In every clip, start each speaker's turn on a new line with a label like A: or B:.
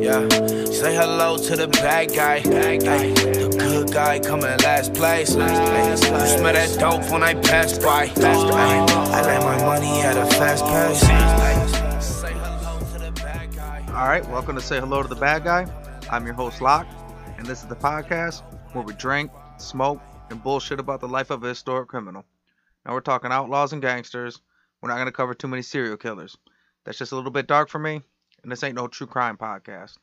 A: Yeah, say hello to the bad guy. Bad guy. the good guy coming last place. Last place. Smell that dope when I pass by. Last I let my money at a fast pace. Say hello to the bad guy.
B: All right, welcome to Say Hello to the Bad Guy. I'm your host, Locke, and this is the podcast where we drink, smoke, and bullshit about the life of a historic criminal. Now we're talking outlaws and gangsters. We're not going to cover too many serial killers. That's just a little bit dark for me, and this ain't no true crime podcast.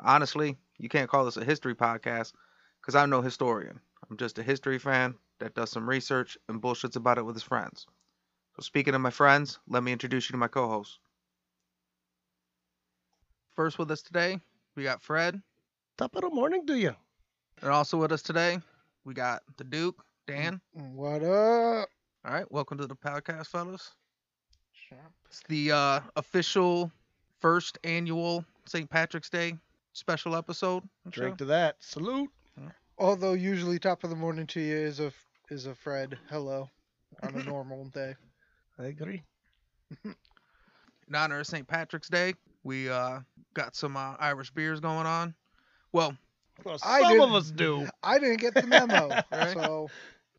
B: Honestly, you can't call this a history podcast because I'm no historian. I'm just a history fan that does some research and bullshits about it with his friends. So, speaking of my friends, let me introduce you to my co hosts. First with us today, we got Fred.
C: Top of the morning to you.
B: And also with us today, we got the Duke,
C: Mm-hmm.
B: Dan.
C: What up?
B: All right, welcome to the podcast, fellas. It's the uh, official first annual St. Patrick's Day special episode. I'm sure.
C: Drink to that. Salute.
D: Although usually top of the morning to you is a is a Fred hello on a normal day.
C: I agree.
B: In honor of St. Patrick's Day, we uh, got some uh, Irish beers going on. Well,
C: Well,
D: I
C: some of
D: didn't-
C: us do.
D: I didn't get the memo,
B: Right.
D: so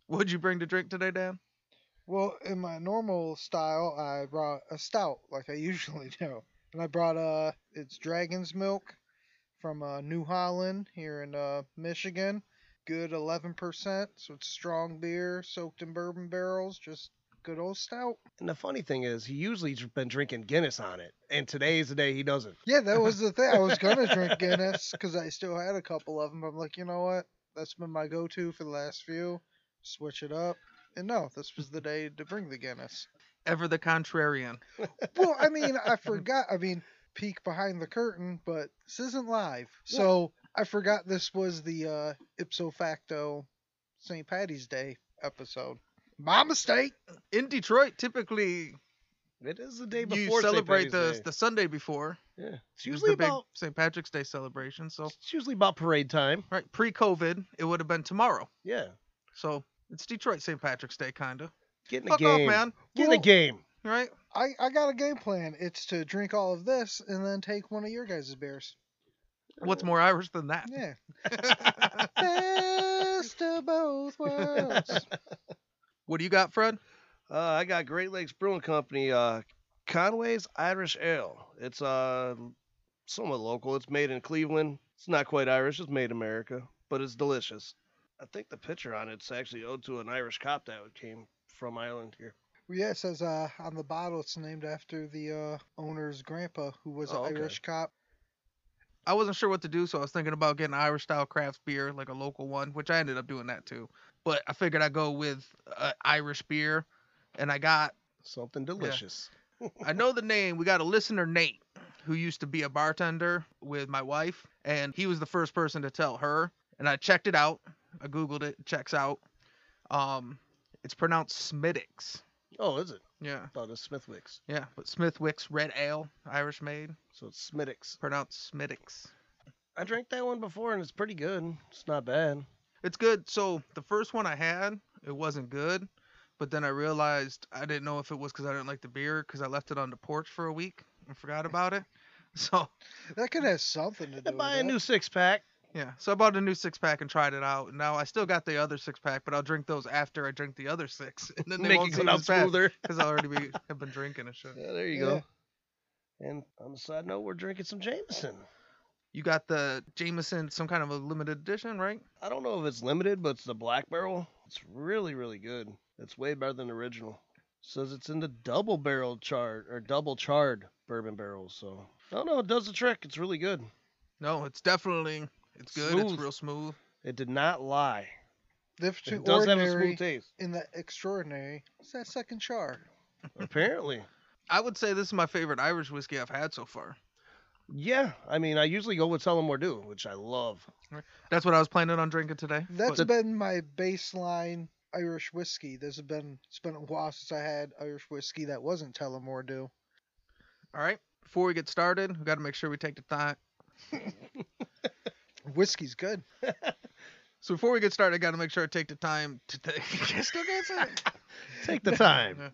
B: what'd you bring to drink today, Dan?
D: well in my normal style I brought a stout like I usually do, and I brought uh it's Dragon's Milk from uh, New Holland here in uh, Michigan, good 11%, so it's strong beer soaked in bourbon barrels, just good old stout.
C: And the funny thing is, he usually's been drinking Guinness on it, and today's the day he doesn't.
D: Yeah, that was the thing. I was gonna drink Guinness because I still had a couple of them. I'm like, you know what? That's been my go-to for the last few. Switch it up. And no, this was the day to bring the Guinness.
B: Ever the contrarian.
D: Well, I mean, I forgot. I mean, peek behind the curtain, but this isn't live, so I forgot this was the uh, ipso facto St. Patty's Day episode. My mistake.
B: In Detroit, typically
C: It is the day
B: you
C: before. St.
B: celebrate
C: Patty's
B: the,
C: Day.
B: the Sunday before.
C: yeah. It's
B: is
C: usually
B: the big
C: about
B: St. Patrick's Day celebration. So,
C: it's usually about parade time.
B: right, pre-COVID, it would have been tomorrow.
C: Yeah.
B: So it's Detroit St. Patrick's Day, kinda.
C: Get in a
B: Fuck off,
C: game.
B: man.
C: Get in
D: Well-
C: a game.
B: Right?
D: I, I got a game plan. It's to drink all of this and then take one of your guys' beers.
B: What's more Irish than that?
D: Yeah. Best of both worlds.
B: what do you got, Fred?
E: Uh, I got Great Lakes Brewing Company, uh, Conway's Irish Ale. It's uh, somewhat local. It's made in Cleveland. It's not quite Irish. It's made in America, but it's delicious. I think the picture on it's actually owed to an Irish cop that came from Ireland here.
D: Well, Yeah, it says uh, on the bottle it's named after the uh, owner's grandpa, who was
E: Oh,
D: an
E: okay.
D: Irish cop.
B: I wasn't sure what to do, so I was thinking about getting an Irish style craft beer, like a local one, which I ended up doing that too. But I figured I'd go with uh, Irish beer, and I got
C: Something delicious.
B: I know the name. We got a listener, Nate, who used to be a bartender with my wife, and he was the first person to tell her. And I checked it out. I googled it. Checks out. Um, it's pronounced Smittix.
C: Oh, is it?
B: Yeah,
C: Thought it was Smithwick's.
B: yeah. But Smithwick's Red Ale, Irish made,
C: So it's Smithwick's.
B: pronounced Smittix.
C: I drank that one before, and it's pretty good. It's not bad.
B: It's good. So the first one I had, it wasn't good, but then I realized I didn't know if it was because I didn't like the beer because I left it on the porch for a week and forgot about it. So
D: That could have something to
C: I
D: do with
C: buy a
D: it.
C: new six pack.
B: Yeah, so I bought a new six pack and tried it out. Now I still got the other six pack, but I'll drink those after I drink the other six, and then they
C: Make
B: won't
C: it
B: seem
C: come out
B: as bad
C: smoother.
B: because I already be, have been drinking and shit.
C: Yeah, there you
D: Yeah.
C: go. And on the side note, we're drinking some Jameson.
B: You got the Jameson, some kind of a limited edition, right?
E: I don't know if it's limited, but it's the Black Barrel. It's really, really good. It's way better than the original.
C: Says it's in the double barrel charred or double charred bourbon barrels. So
E: No, no, it does the trick. It's really good.
B: No, it's definitely it's good. It's
C: Smooth.
B: real smooth.
C: it did not lie.
D: Difference
C: It
D: between
C: does have a
D: ordinary
C: smooth taste.
D: and the extraordinary. It's that second char.
C: Apparently.
B: I would say this is my favorite Irish whiskey I've had so far.
C: Yeah, I mean, I usually go with Tell 'em More Do, which I love.
B: That's what I was planning on drinking today.
D: That's
B: but
D: been my baseline Irish whiskey. There's been it's been a while since I had Irish whiskey that wasn't Tullamore Dew.
B: all right. Before we get started, we got to make sure we take the time.
D: Whiskey's good.
B: So before we get started, I got to make sure I take the time to. Th-
D: Still good.
C: Take the time.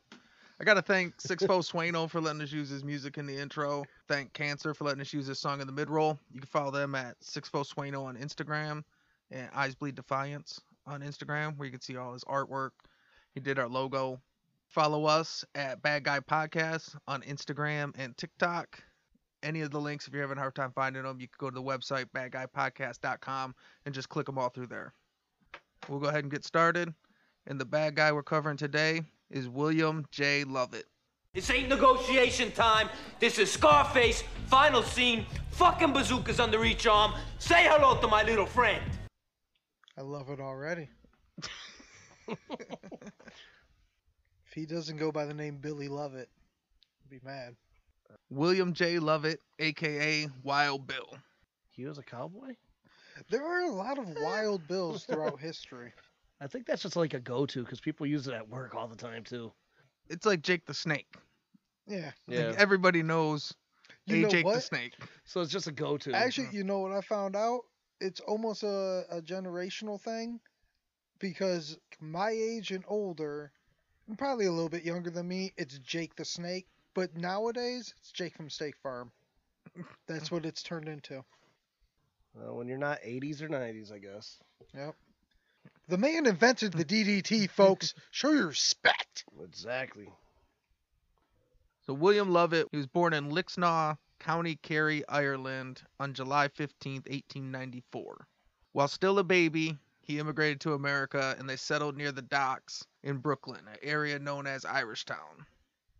B: I gotta thank Sixpo Sueno for letting us use his music in the intro. Thank Cancer for letting us use his song in the mid roll. You can follow them at Sixpo Sueno on Instagram and Eyes Bleed Defiance on Instagram, where you can see all his artwork. He did our logo. Follow us at Bad Guy Podcast on Instagram and TikTok. Any of the links, if you're having a hard time finding them, you can go to the website badguypodcast.com and just click them all through there. We'll go ahead and get started. And the bad guy we're covering today is William J. Lovett.
F: This ain't negotiation time. This is Scarface, final scene, fucking bazookas under each arm. Say hello to my little friend.
D: I love it already. if he doesn't go by the name Billy Lovett, I'd be mad.
B: William J. Lovett, aka Wild Bill.
E: He was a cowboy?
D: There are a lot of wild bills throughout history.
E: I think that's just like a go to because people use it at work all the time too.
B: It's like Jake the Snake.
D: Yeah.
B: Like, everybody knows
D: You
B: a
D: know
B: Jake the
D: what?
B: Snake.
E: So it's just a go to.
D: Actually, you know what I found out? It's almost a, a generational thing because my age and older, and probably a little bit younger than me, it's Jake the Snake. But nowadays, it's Jake from Steak Farm. That's what it's turned into.
E: uh, when you're not 80s or 90s, I guess.
D: The man invented the DDT, folks. Show your respect.
E: Exactly.
B: So William Lovett, he was born in Lixnaw, County Kerry, Ireland, on July 15, 1894. While still a baby, he immigrated to America and they settled near the docks in Brooklyn, an area known as Irish Town.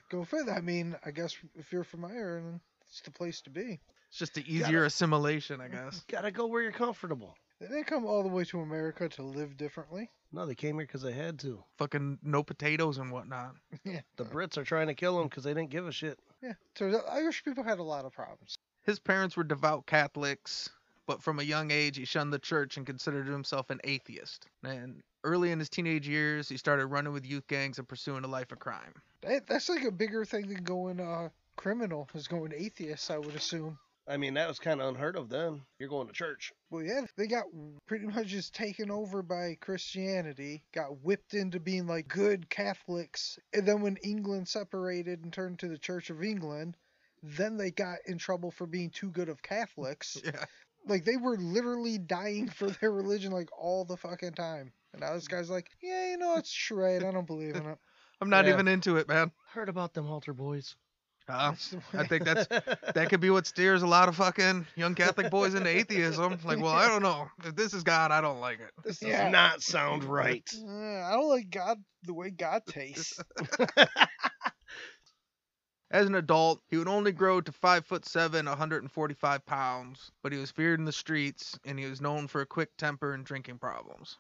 D: Go for that. I mean, I guess if you're from Ireland, it's the place to be.
B: It's just the easier assimilation, I guess.
E: Gotta go where you're comfortable.
D: They didn't come all the way to America to live differently.
E: No, they came here because they had to.
B: Fucking no potatoes and whatnot.
E: The Brits are trying to kill them because they didn't give a shit.
D: Yeah. So the Irish people had a lot of problems.
B: His parents were devout Catholics, but from a young age he shunned the church and considered himself an atheist. And early in his teenage years, he started running with youth gangs and pursuing a life of crime.
D: That, that's like a bigger thing than going uh, criminal is going atheist, I would assume.
E: I mean, that was kind of unheard of then. You're going to church.
D: Well, yeah, they got pretty much just taken over by Christianity, got whipped into being like good Catholics, and then when England separated and turned to the Church of England, then they got in trouble for being too good of Catholics.
B: Yeah.
D: Like they were literally dying for their religion like all the fucking time. And now this guy's like, yeah, you know, it's charade. I don't believe in it.
B: I'm not
E: Yeah.
B: even into it, man.
E: Heard about them altar boys.
B: Uh,
D: That's the
B: I
D: way-
B: think that's that could be what steers a lot of fucking young Catholic boys into atheism. Like, well, I don't know. If this is God, I don't like it.
E: This does
D: Yeah.
E: not sound right.
D: Uh, I don't like God the way God tastes.
B: As an adult, he would only grow to five foot seven, 145 pounds, but he was feared in the streets, and he was known for a quick temper and drinking problems.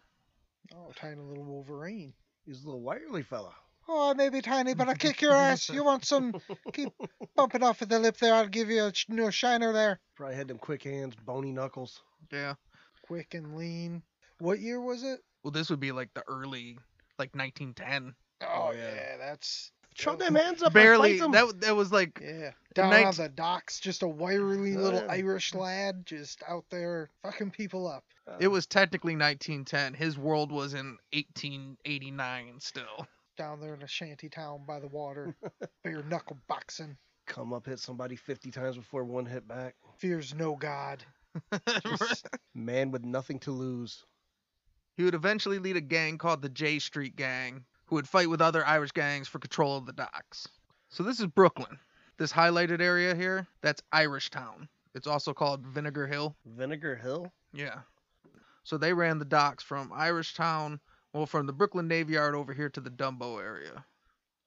D: Oh, tiny little Wolverine.
E: He's a little wirely fella.
D: Oh, I may be tiny, but I'll kick your ass. You want some? Keep bumping off with the lip there. I'll give you a sh- new shiner there.
E: Probably had them quick hands, bony knuckles.
B: Yeah.
D: Quick and lean. What year was it?
B: Well, this would be like the early, like 1910.
D: Oh,
E: yeah.
D: yeah. that's
E: Throw them hands up.
B: Barely.
E: And fight them.
B: That that was like
D: yeah. Down on
B: nineteen-
D: the docks, just a wiry little
E: yeah.
D: Irish lad, just out there fucking people up.
E: Uh,
B: it was technically 1910. His world was in 1889 still.
D: Down there in a shanty town by the water, bare knuckle boxing.
E: come up, hit somebody 50 times before one hit back.
D: Fears no god. Just-
E: Man with nothing to lose.
B: He would eventually lead a gang called the J Street Gang, who would fight with other Irish gangs for control of the docks. So this is Brooklyn. This highlighted area here, that's Irish Town. It's also called Vinegar Hill.
E: Vinegar Hill.
B: Yeah. So they ran the docks from Irish Town, well, from the Brooklyn Navy Yard over here to the Dumbo area.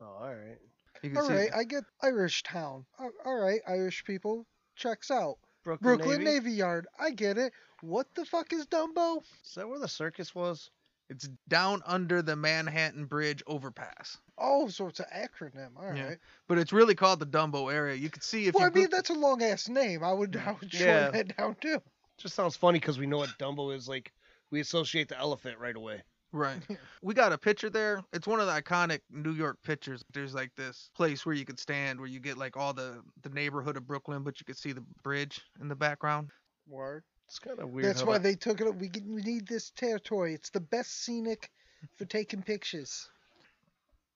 E: Oh, all right.
B: You can
D: all
B: see
D: right, I get Irish town. All- all right, Irish people, checks out.
E: Brooklyn,
D: Brooklyn Navy? Yard. I get it. What the fuck is Dumbo?
E: Is that where the circus was?
B: it's down under the Manhattan Bridge overpass.
D: Oh, so it's an acronym. All right.
B: Yeah. But it's really called the Dumbo area. You can see if
D: well, I
B: you go-
D: mean that's a long ass name. I would I would shorten
E: Yeah.
D: that down too.
E: Just sounds funny because we know what Dumbo is like. We associate the elephant right away.
B: Right. we got a picture there. It's one of the iconic New York pictures. There's like this place where you could stand where you get like all the the neighborhood of Brooklyn, but you could see the bridge in the background.
D: Word.
E: It's kind of weird.
D: that's
E: how
D: why
E: that-
D: they took it up. We, get, we need this territory. It's the best scenic for taking pictures.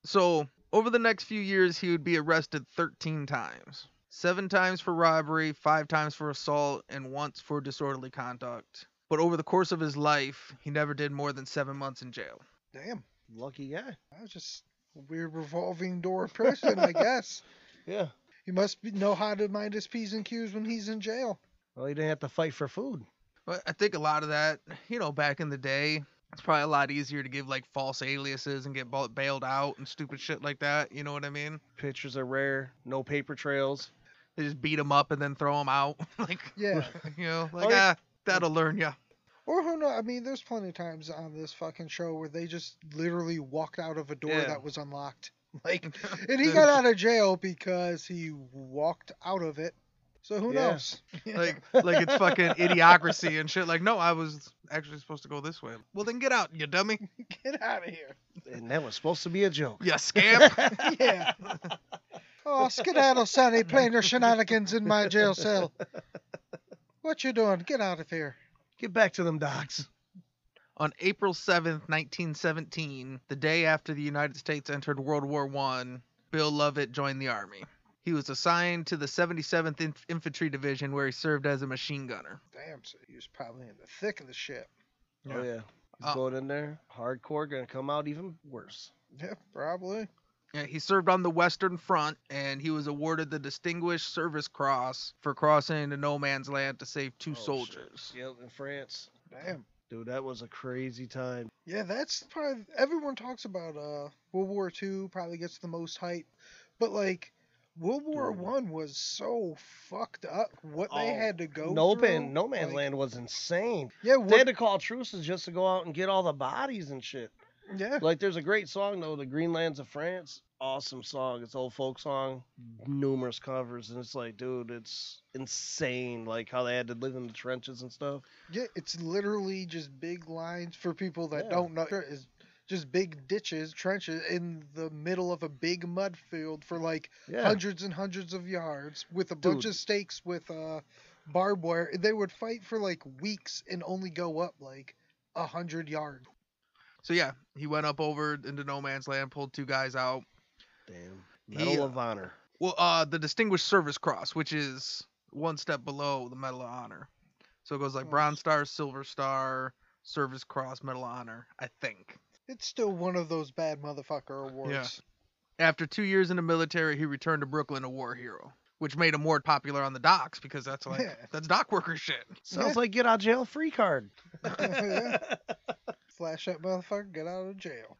B: So Over the next few years, he would be arrested 13 times seven times for robbery, five times for assault, and once for disorderly conduct. But over the course of his life, he never did more than seven months in jail.
D: Damn,
E: Lucky guy.
D: that was just a weird revolving door person, I guess.
E: Yeah.
D: He must be, know how to mind his p's and q's when he's in jail.
E: Well, he didn't have to fight for food.
B: But I think a lot of that, you know, back in the day, it's probably a lot easier to give like false aliases and get ba- bailed out and stupid shit like that. You know what I mean?
E: Pictures are rare. No paper trails.
B: They just beat him up and then throw him out. like,
D: Yeah.
B: you know, like,
E: Or-
B: ah, that'll learn ya.
D: Or who knows? I mean, there's plenty of times on this fucking show where they just literally walked out of a door
E: Yeah.
D: that was unlocked. Like, and he got out of jail because he walked out of it. So who
E: Yeah.
D: knows?
B: like like it's fucking idiocracy and shit. Like, no, I was actually supposed to go this way. Well, then get out, you dummy.
D: Get out of here.
E: And that was supposed to be a joke.
B: You scamp.
D: Yeah. oh, skedaddle, Sonny, playing your shenanigans in my jail cell. What you doing? Get out of here.
E: Get back to them docs.
B: On April 7th, 1917, the day after the United States entered World War One, Bill Lovett joined the Army. He was assigned to the 77th Inf- Infantry Division, where he served as a machine gunner.
D: Damn, so he was probably in the thick of the shit.
E: Oh yeah. He's
B: Uh,
E: going in there hardcore, gonna come out even worse.
D: Yeah, probably.
B: Yeah, He served on the Western Front, and he was awarded the Distinguished Service Cross for crossing into no man's land to save two
E: Two
B: soldiers.
E: Yep, in France.
D: Damn.
E: Dude, that was a crazy time.
D: Yeah, that's probably everyone talks about uh World War Two probably gets the most hype, but like World War
E: Dude.
D: One was so fucked up what they
E: Mm. Oh,
D: had to go
E: no
D: through.
E: man, no man's
D: like-
E: land was insane.
D: Yeah,
E: They
D: what,
E: had to call truces just to go out and get all the bodies and shit.
D: yeah,
E: Like, there's a great song though, "The Green Lands of France." Awesome song. It's old folk song,
B: Mm-hmm.
E: numerous covers, and it's like, dude, it's insane. Like how they had to live in the trenches and stuff.
D: yeah. It's literally just big lines for people that
E: Yeah.
D: don't know. Is just big ditches, trenches in the middle of a big mud field for like
E: Yeah,
D: hundreds and hundreds of yards with a bunch
E: Dude.
D: of stakes with uh barbed wire. They would fight for like weeks and only go up like a hundred yards.
B: So yeah, he went up over into no man's land, pulled two guys out.
E: damn.
B: He,
E: Medal
B: uh,
E: of Honor.
B: Well, uh, the Distinguished Service Cross, which is one step below the Medal of Honor. So it goes like
D: Oh,
B: Bronze Star, Silver Star, Service Cross, Medal of Honor, I think.
D: It's still one of those bad motherfucker awards.
B: After two years in the military, he returned to Brooklyn a war hero, which made him more popular on the docks because that's like
D: Yeah.
B: that's dock worker shit.
E: Sounds like get out of jail free card.
D: Flash that motherfucker, get out of jail.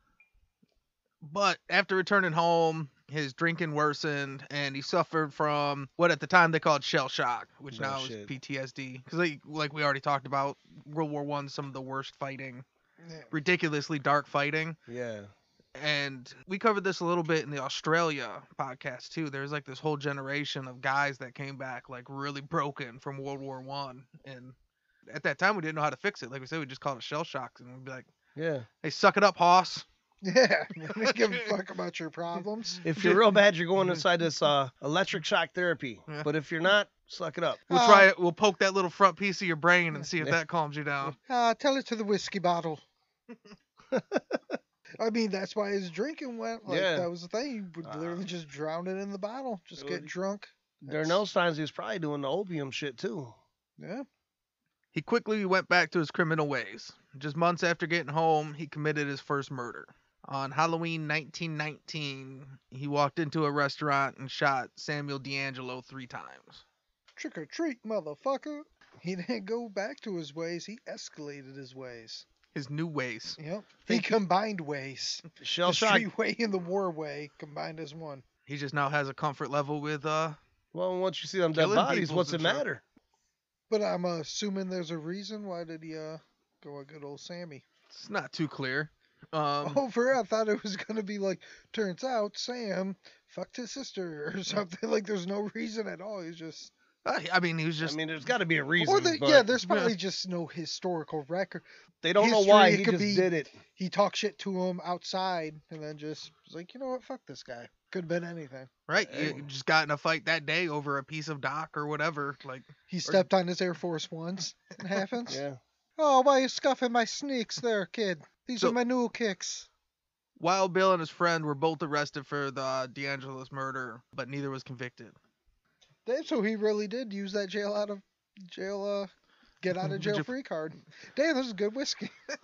B: But after returning home, his drinking worsened, and he suffered from what at the time they called shell shock, which
E: No
B: now
E: shit.
B: is PTSD. Because like, like we already talked about, World War One, some of the worst fighting,
D: Yeah.
B: ridiculously dark fighting,
E: Yeah.
B: and we covered this a little bit in the Australia podcast too. There's like this whole generation of guys that came back like really broken from World War One, and at that time we didn't know how to fix it. Like we said, we just called it shell shock, and we'd be like,
E: Yeah.
B: "Hey, suck it up, hoss."
D: Yeah. Don't give a fuck about your problems.
E: If you're real bad, you're going inside this uh, electric shock therapy.
B: Yeah.
E: But if you're not, suck it up.
B: We'll
D: Uh,
B: try it. We'll poke that little front piece of your brain and see if that calms you down.
D: Uh, tell it to the whiskey bottle. I mean, that's why his drinking went. Like,
E: Yeah. Uh,
D: that was the thing. He would literally just drown it in the bottle. Just
E: Really?
D: get drunk.
E: During those times, he was probably doing the opium shit too.
D: Yeah.
B: He quickly went back to his criminal ways. Just months after getting home, he committed his first murder. On Halloween 1919, he walked into a restaurant and shot Samuel D'Angelo three times.
D: Trick or treat, motherfucker. He didn't go back to his ways. He escalated his ways.
B: His new ways.
D: Yep.
E: Think
D: he
E: he-
D: combined ways.
E: Shell
D: the
E: shock.
D: street way and the war way combined as one.
B: He just now has a comfort level with uh
E: Well, once you see them dead
B: Killing
E: bodies,
B: people's
E: what's
B: the
E: it
B: truth.
E: matter?
D: But I'm assuming there's a reason why did he uh go a good old Sammy?
B: it's not too clear. Um
E: Oh.
D: Over, I thought it was gonna be like, turns out Sam fucked his sister or something. Like there's no reason at all. He's just
B: I I mean he was just
E: I mean, there's got to be a reason.
D: or the,
E: but
D: yeah, there's probably just no historical record.
E: they don't know why
D: history, it
E: he
D: could
E: just
D: be-
E: did it.
D: He talked shit to him outside and then just was like, you know what, fuck this guy. Could have been anything.
B: right, you just got in a fight that day over a piece of dock or whatever. Like
D: He stepped on his Air Force once. It happens.
E: Yeah.
D: Oh, why are you scuffing my sneaks there, kid? These
B: So-
D: are my new kicks.
B: Wild Bill and his friend were both arrested for the D'Angelo's murder, but neither was convicted.
D: Damn, so he really did use that jail out of jail, uh, get out of
B: Would
D: jail
B: you-
D: free card. Damn, this is good whiskey.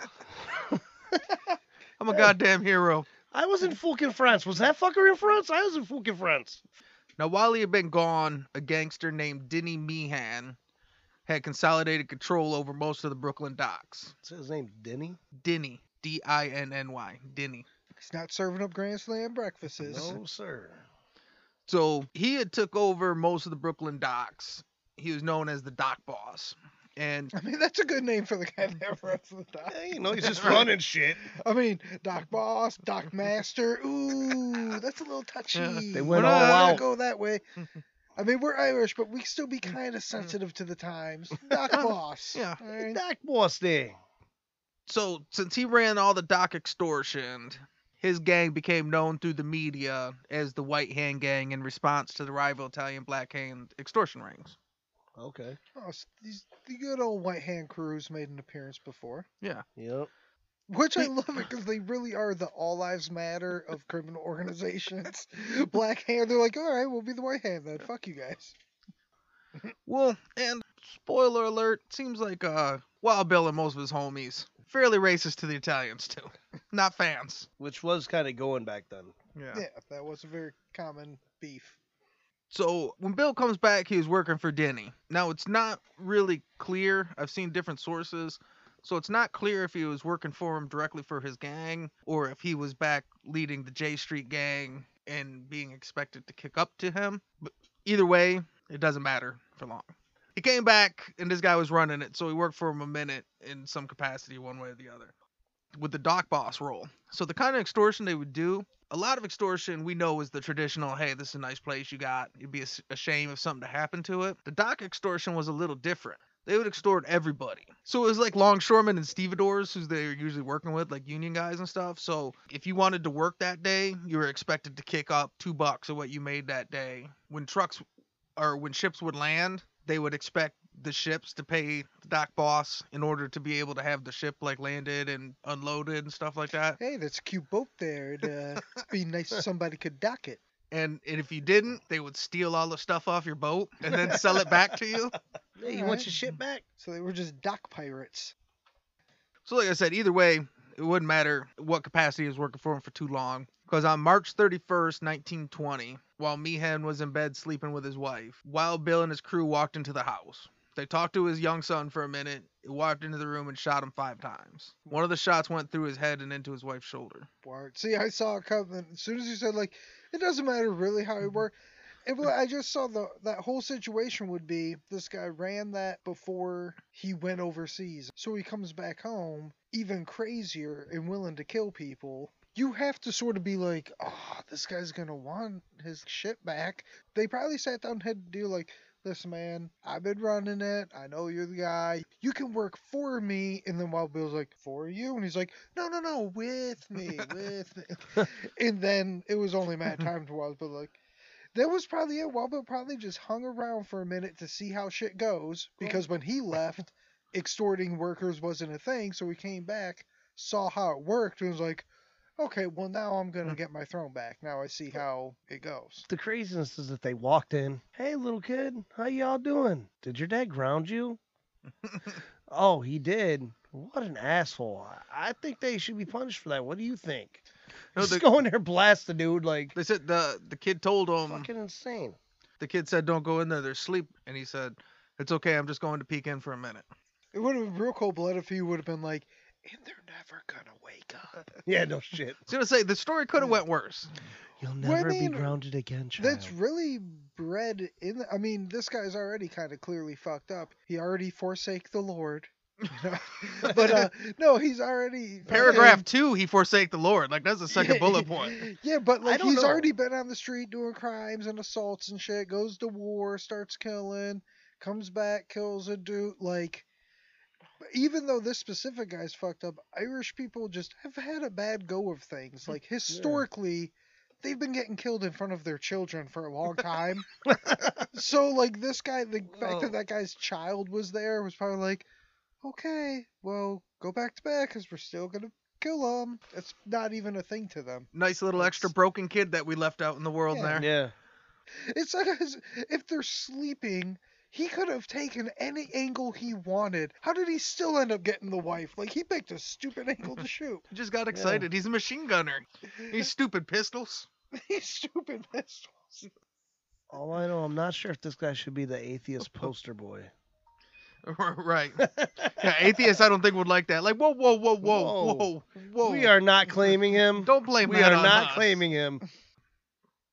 B: I'm a goddamn hero.
E: I was in fucking France. Was that fucker in France? I was in fucking France.
B: Now, while he had been gone, a gangster named Denny Meehan had consolidated control over most of the Brooklyn docks.
E: Is his name Denny?
B: Denny, D I N N Y, Denny.
D: He's not serving up Grand Slam breakfasts.
E: No, sir.
B: So he had took over most of the Brooklyn docks. He was known as the dock boss. And
D: I mean, that's a good name for the guy that runs the dock.
E: Hey, you know, he's just running shit.
D: I mean, Doc Boss, Doc Master. Ooh, that's a little touchy.
E: They went
D: We're
E: all
D: not gonna
E: out. Mm-hmm.
D: Go that way. I mean, we're Irish, but we still be kind of sensitive to the times. Doc Boss.
B: Yeah.
D: all right?
E: Doc boss there.
B: so since he ran all the dock extortion, his gang became known through the media as the White Hand Gang in response to the rival Italian Black Hand extortion rings.
E: Okay.
D: Oh, s- these- the good old White Hand Crew's made an appearance before,
E: Yep.
D: which I love it because they really are the all lives matter of criminal organizations. Black Hand, they're like, all right, we'll be the White Hand then. Fuck you guys.
B: Well, and spoiler alert, seems like uh Wild Bill and most of his homies fairly racist to the Italians too. Not fans.
E: Which was kind of going back then.
D: Yeah, that was a very common beef.
B: So when Bill comes back, he was working for Denny. Now it's not really clear. I've seen different sources, so it's not clear if he was working for him directly for his gang or if he was back leading the J Street gang and being expected to kick up to him. But either way, it doesn't matter for long. He came back and this guy was running it, so he worked for him a minute in some capacity, one way or the other, with the dock boss role. So the kind of extortion they would do a lot of extortion we know is the traditional hey this is a nice place you got it'd be a, s- a shame if something to happen to it the dock extortion was a little different they would extort everybody so it was like longshoremen and stevedores who they're usually working with like union guys and stuff so if you wanted to work that day you were expected to kick up two bucks of what you made that day when trucks or when ships would land they would expect the ships to pay the dock boss in order to be able to have the ship like landed and unloaded and stuff like that
D: Hey, that's a cute boat there. It'd uh, be nice if somebody could dock it.
B: and, and if you didn't, they would steal all the stuff off your boat and then sell it back to you.
E: Hey, you
D: Alright.
E: want your shit back?
D: So they were just dock pirates.
B: So, like I said, either way, it wouldn't matter what capacity he was working for him for too long. Because on March 31st, 1920, while Meehan was in bed sleeping with his wife, Wild Bill and his crew walked into the house. They talked to his young son for a minute, walked into the room, and shot him five times. One of the shots went through his head and into his wife's shoulder.
D: Bart. See, I saw it coming. As soon as you said, like, it doesn't matter really how he worked. It, wa- I just saw the that whole situation would be this guy ran that before he went overseas, so he comes back home even crazier and willing to kill people. You have to sort of be like, oh, this guy's gonna want his shit back. They probably sat down and had to do like, listen, man, I've been running it. I know you're the guy. You can work for me. And then Wild Bill's like, for you, and he's like, no, no, no, with me, with me. and then it was only a matter of time to Wild Bill like. That was probably it. Wild Bill probably just hung around for a minute to see how shit goes because when he left, extorting workers wasn't a thing. So he came back, saw how it worked, and was like, okay, well, now I'm going to get my throne back. Now I see how it goes.
E: The craziness is that they walked in. Hey, little kid, how y'all doing? Did your dad ground you? oh, he did. What an asshole. I- I think they should be punished for that. What do you think?
B: No,
E: Just
B: the-
E: go in there, blast the um, dude like
B: They said the, the kid told him,
E: fucking insane.
B: the kid said, don't go in there, they're asleep. And he said, it's okay, I'm just going to peek in for a minute.
D: It would have been real cold blood if he would have been like, and they're never going to wake up.
E: Yeah, no shit.
B: I was going to say, the story could have went worse.
E: You'll
D: Well, I
E: never
D: mean,
E: be grounded again, child.
D: That's really bred in. The, I mean, this guy's already kind of clearly fucked up. He already forsake the Lord. you know? but uh, no, he's already
B: Paragraph two, he forsake the Lord. Like that's the second bullet point.
D: Yeah, but like
E: don't
D: he's
E: know.
D: already been on the street doing crimes and assaults and shit. Goes to war, starts killing, comes back, kills a dude. Like, even though this specific guy's fucked up, Irish people just have had a bad go of things. Like historically, they've been getting killed in front of their children for a long time. so like this guy, the fact
E: Whoa.
D: that that guy's child was there was probably like, okay, well, go back to bed because we're still gonna kill him. It's not even a thing to them.
B: Nice little extra broken kid that we left out in the world
D: Yeah.
B: there.
E: Yeah.
D: It's like as if they're sleeping. He could have taken any angle he wanted. How did he still end up getting the wife? Like he picked a stupid angle to shoot.
B: He just got excited. He's a machine gunner. These stupid pistols.
D: These stupid pistols.
C: All I know, I'm not sure if this guy should be the atheist poster boy.
B: right. Yeah, atheists I don't think would like that. Like whoa, whoa, whoa, whoa,
E: Whoa.
B: whoa, whoa.
E: We are not claiming him.
B: Don't blame
E: we
B: that
E: are
B: on
E: not
B: us.
E: claiming him.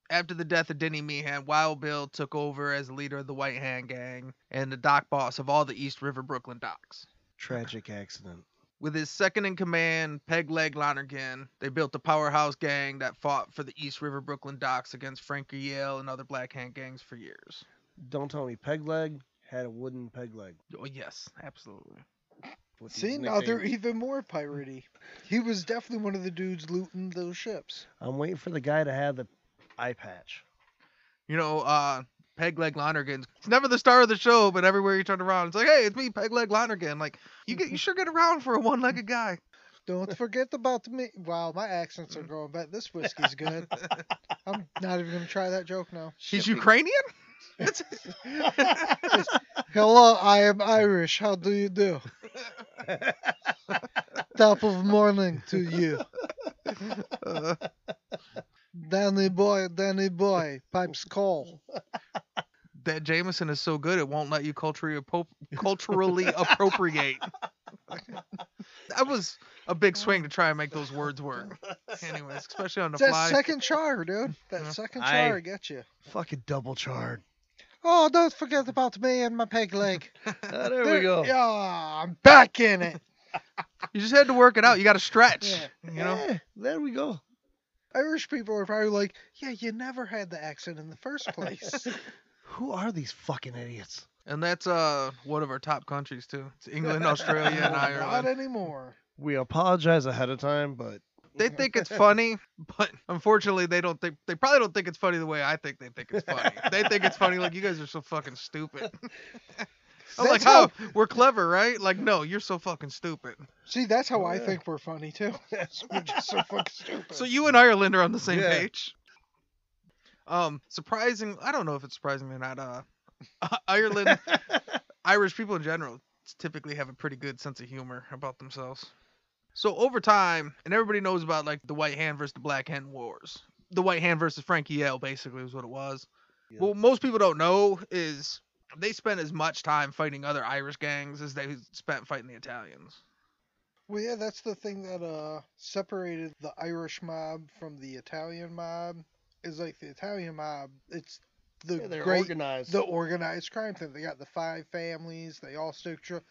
B: After the death of Denny Meehan, Wild Bill took over as leader of the White Hand Gang and the dock boss of all the East River Brooklyn docks.
E: Tragic accident.
B: With his second in command, Peg Leg Lonergan, they built a powerhouse gang that fought for the East River Brooklyn docks against Frankie Yale and other Black Hand gangs for years.
E: Don't tell me peg leg had a wooden peg leg.
B: Oh, yes, absolutely.
E: with these
D: See, now they're e-
E: nicknames.
D: even more piratey. He was definitely one of the dudes looting those ships.
E: I'm waiting for the guy to have the eye patch.
B: You know, uh, Peg Leg Lonergan. It's never the star of the show, but everywhere you turn around, it's like, hey, it's me, Peg Leg Lonergan. Like, you get, you sure get around for a one-legged guy.
D: Don't forget about me. Wow, my accents are going bad. This whiskey's good. I'm not even gonna try that joke now.
B: He's Ukrainian.
D: Hello, I am Irish. How do you do? Top of morning to you.
B: Uh,
D: Danny boy, Danny boy, pipes call.
B: that Jameson is so good, it won't let you culturally appro- culturally appropriate. that was a big swing to try and make those words work. Anyways, especially on the
D: It's that
B: fly.
D: second char, dude. That second
E: I-
D: char get you.
E: Fucking double charred.
D: Oh, don't forget about me and my peg leg.
E: Ah, there we go.
D: Yeah, I'm back in it.
B: You just had to work it out. You got to stretch.
D: Yeah.
B: You know.
E: Yeah, there we go.
D: Irish people are probably like, yeah, you never had the accent in the first place.
E: Who are these fucking idiots?
B: And that's uh one of our top countries too. It's England, Australia, and
D: Not
B: Ireland.
D: anymore.
E: We apologize ahead of time, but
B: they think it's funny, but unfortunately, they don't think they probably don't think it's funny the way I think they think it's funny. they think it's funny like you guys are so fucking stupid. I'm like,
D: That's how-
B: how we're clever, right? Like, no, you're so fucking stupid.
D: See, that's how I think we're funny too. we're just so fucking stupid.
B: So you and Ireland are on the same
E: Yeah.
B: page. Um, surprising. I don't know if it's surprising or not. Uh, Ireland, Irish people in general typically have a pretty good sense of humor about themselves. So over time, and everybody knows about like the White Hand versus the Black Hand wars. The White Hand versus Frankie Yale basically was what it was.
E: Yeah.
B: What most people don't know is they spent as much time fighting other Irish gangs as they spent fighting the Italians.
D: Well, yeah, that's the thing that uh separated the Irish mob from the Italian mob. Is like the Italian mob, it's the
E: Yeah, they're
D: great
E: organized.
D: the organized crime thing. They got the five families. They all stick to.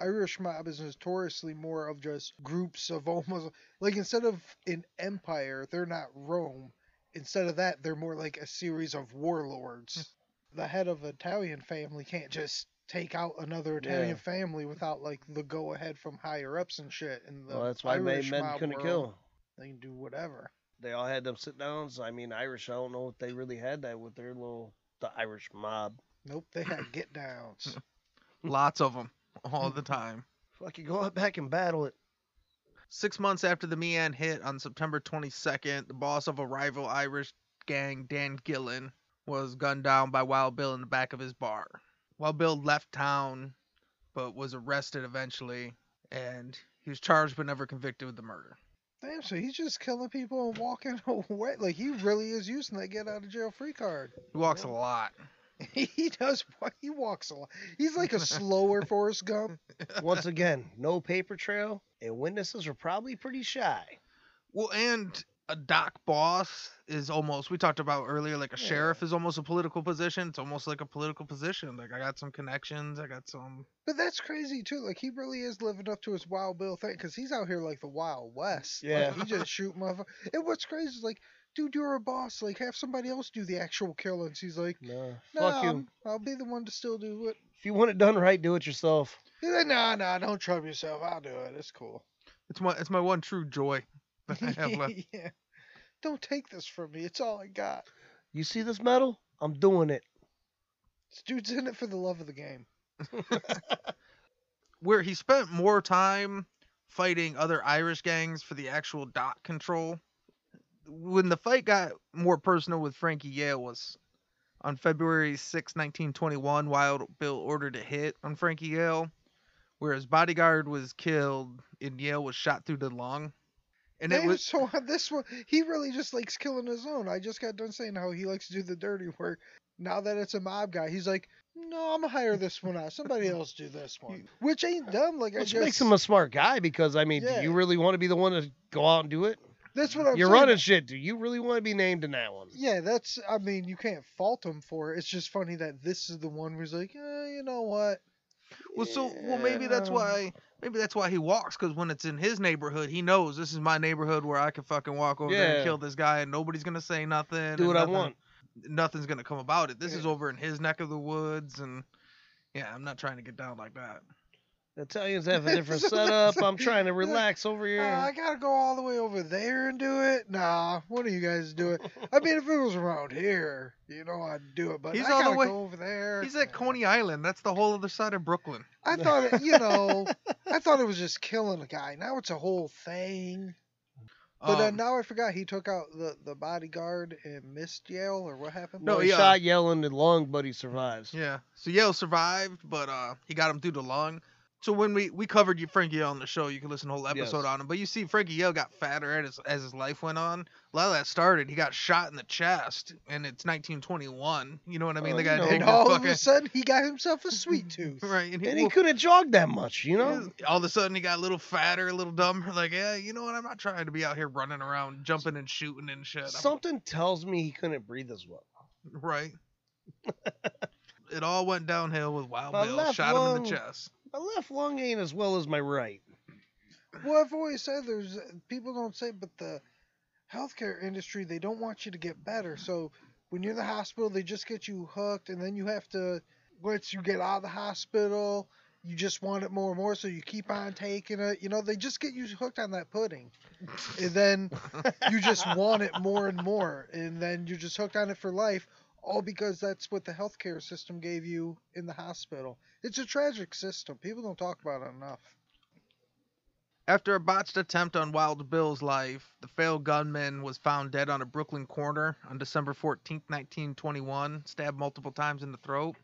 D: Irish mob is notoriously more of just groups of almost like instead of an empire, they're not Rome. Instead of that, they're more like a series of warlords.
E: Hmm.
D: the head of an Italian family can't just take out another Italian
E: Yeah.
D: family without like the go ahead from higher ups and shit. And the
E: well, that's why many
D: Irish
E: men
D: mob
E: couldn't
D: world,
E: kill.
D: They can do whatever.
E: They all had them sit downs. I mean, Irish. I don't know if they really had that with their little the Irish mob.
D: Nope, they had get downs.
B: Lots of them, all the time.
E: Fucking go out back and battle it.
B: Six months after the Mian hit on September 22nd, the boss of a rival Irish gang, Dan Gillen, was gunned down by Wild Bill in the back of his bar. Wild Bill left town, but was arrested eventually, and he was charged but never convicted with the murder.
D: Damn, so he's just killing people and walking away. Like he really is using that get out of jail free card.
B: He walks a lot.
D: He does. wa- He walks a lot. He's like a slower Forrest Gump.
E: Once again, no paper trail, and witnesses were probably pretty shy.
B: Well, and a doc boss is almost, we talked about earlier, like a sheriff is almost a political position. It's almost like a political position. Like, I got some connections, I got some.
D: But that's crazy too. Like he really is living up to his Wild Bill thing because he's out here like the Wild West. Like,
E: Yeah.
D: he just shoot motherfucker. And what's crazy is like, dude, you're a boss. Like have somebody else do the actual killings. He's like,
E: No,
D: nah,
E: fuck you.
D: I'm- I'll be the one to still do it.
E: If you want it done right, do it yourself.
D: He's like, nah, nah, don't trouble yourself. I'll do it. It's cool.
B: It's my, it's my one true joy that I have left.
D: yeah. Don't take this from me. It's all I got.
E: You see this medal? I'm doing it.
D: This dude's in it for the love of the game.
B: where he spent more time fighting other Irish gangs for the actual dot control. When the fight got more personal with Frankie Yale was on February 6, 1921, Wild Bill ordered a hit on Frankie Yale, where his bodyguard was killed and Yale was shot through the lung. And it
D: Damn,
B: was
D: so on this one, he really just likes killing his own. I just got done saying how he likes to do the dirty work. Now that it's a mob guy, he's like, no, I'm gonna hire this one out. Somebody else do this one, which ain't dumb. Like I
C: Which
D: just,
C: makes him a smart guy because I mean,
D: Yeah.
C: do you really want to be the one to go out and do it?
D: that's what I'm
C: You're
D: saying.
C: running shit. Do you really want to be named in that one?
D: Yeah, that's. I mean, you can't fault him for it. It's just funny that this is the one who's like, eh, you know what?
B: Well, so well, maybe that's
D: Yeah.
B: why maybe that's why he walks because when it's in his neighborhood, he knows this is my neighborhood where I can fucking walk over there
C: Yeah.
B: and kill this guy and nobody's gonna say nothing.
C: Do
B: and
C: what I
B: nothing-
C: want.
B: Nothing's gonna come about it. This is
D: Yeah.
B: over in his neck of the woods, and yeah, I'm not trying to get down like that.
C: Italians have a different setup. I'm trying to relax over here.
D: "Ah, I gotta go all the way over there and do it. Nah, one of you guys do it. I mean, if it was around here, you know, I'd do it. But
B: He's
D: I
B: all the
D: gotta
B: way-
D: go over there.
B: He's at
D: Nah.
B: Coney Island. That's the whole other side of Brooklyn.
D: I thought, it, you know, I thought it was just killing a guy. Now it's a whole thing. But uh,
B: Um,
D: now I forgot he took out the, the bodyguard and missed Yale, or what happened?
C: no,
B: No,
C: he
B: yeah.
C: shot yelling and lung, but he survives.
B: Yeah. So Yale survived, but uh, he got him through the lung. So when we we covered you Frankie Yale on the show, you can listen to the whole episode
E: Yes.
B: on him. But you see, Frankie Yale got fatter as as his life went on. A lot of that started. He got shot in the chest, and it's 1921. You know what I mean?
C: Oh,
B: the
C: you
B: guy
C: know.
B: did
D: and
B: his
D: all of
B: fucking
D: a sudden, he got himself a sweet tooth.
B: right, and he,
C: And he
B: well,
C: couldn't jog that much, you know?
B: all of a sudden he got a little fatter, a little dumber. Like, yeah, you know what? I'm not trying to be out here running around, jumping and shooting and shit. I'm-
C: Something tells me he couldn't breathe as well.
B: right. it all went downhill with Wild
C: My
B: Bill.
C: left
B: Shot him in
C: lung-
B: the chest.
C: My left lung ain't as well as my right.
D: Well, I've always said there's people don't say, but the healthcare industry they don't want you to get better. So when you're in the hospital, they just get you hooked, and then you have to once you get out of the hospital, you just want it more and more, so you keep on taking it. You know, they just get you hooked on that pudding, and then you just want it more and more, and then you're just hooked on it for life. All because that's what the healthcare system gave you in the hospital. It's a tragic system. People don't talk about it enough.
B: After a botched attempt on Wild Bill's life, the failed gunman was found dead on a Brooklyn corner on December 14, 1921, stabbed multiple times in the throat.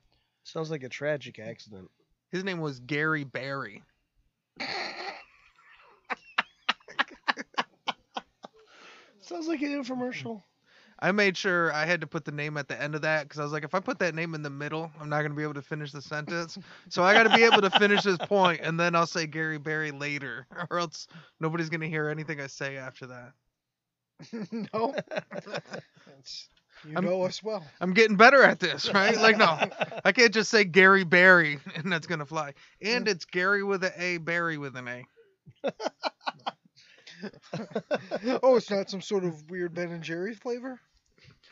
C: Sounds like a tragic accident.
B: His name was Gary Barry.
C: Sounds like an infomercial.
B: I made sure I had to put the name at the end of that because I was like, if I put that name in the middle, I'm not going to be able to finish the sentence. So I got to be able to finish this point, and then I'll say Gary Barry later, or else nobody's going to hear anything I say after that.
D: no. That's, you
B: I'm-
D: know us well.
B: I'm getting better at this, right? Like, no, I can't just say Gary Barry and that's gonna fly. And it's Gary with an A, Barry with an A.
D: Oh, it's not some sort of weird Ben and Jerry flavor?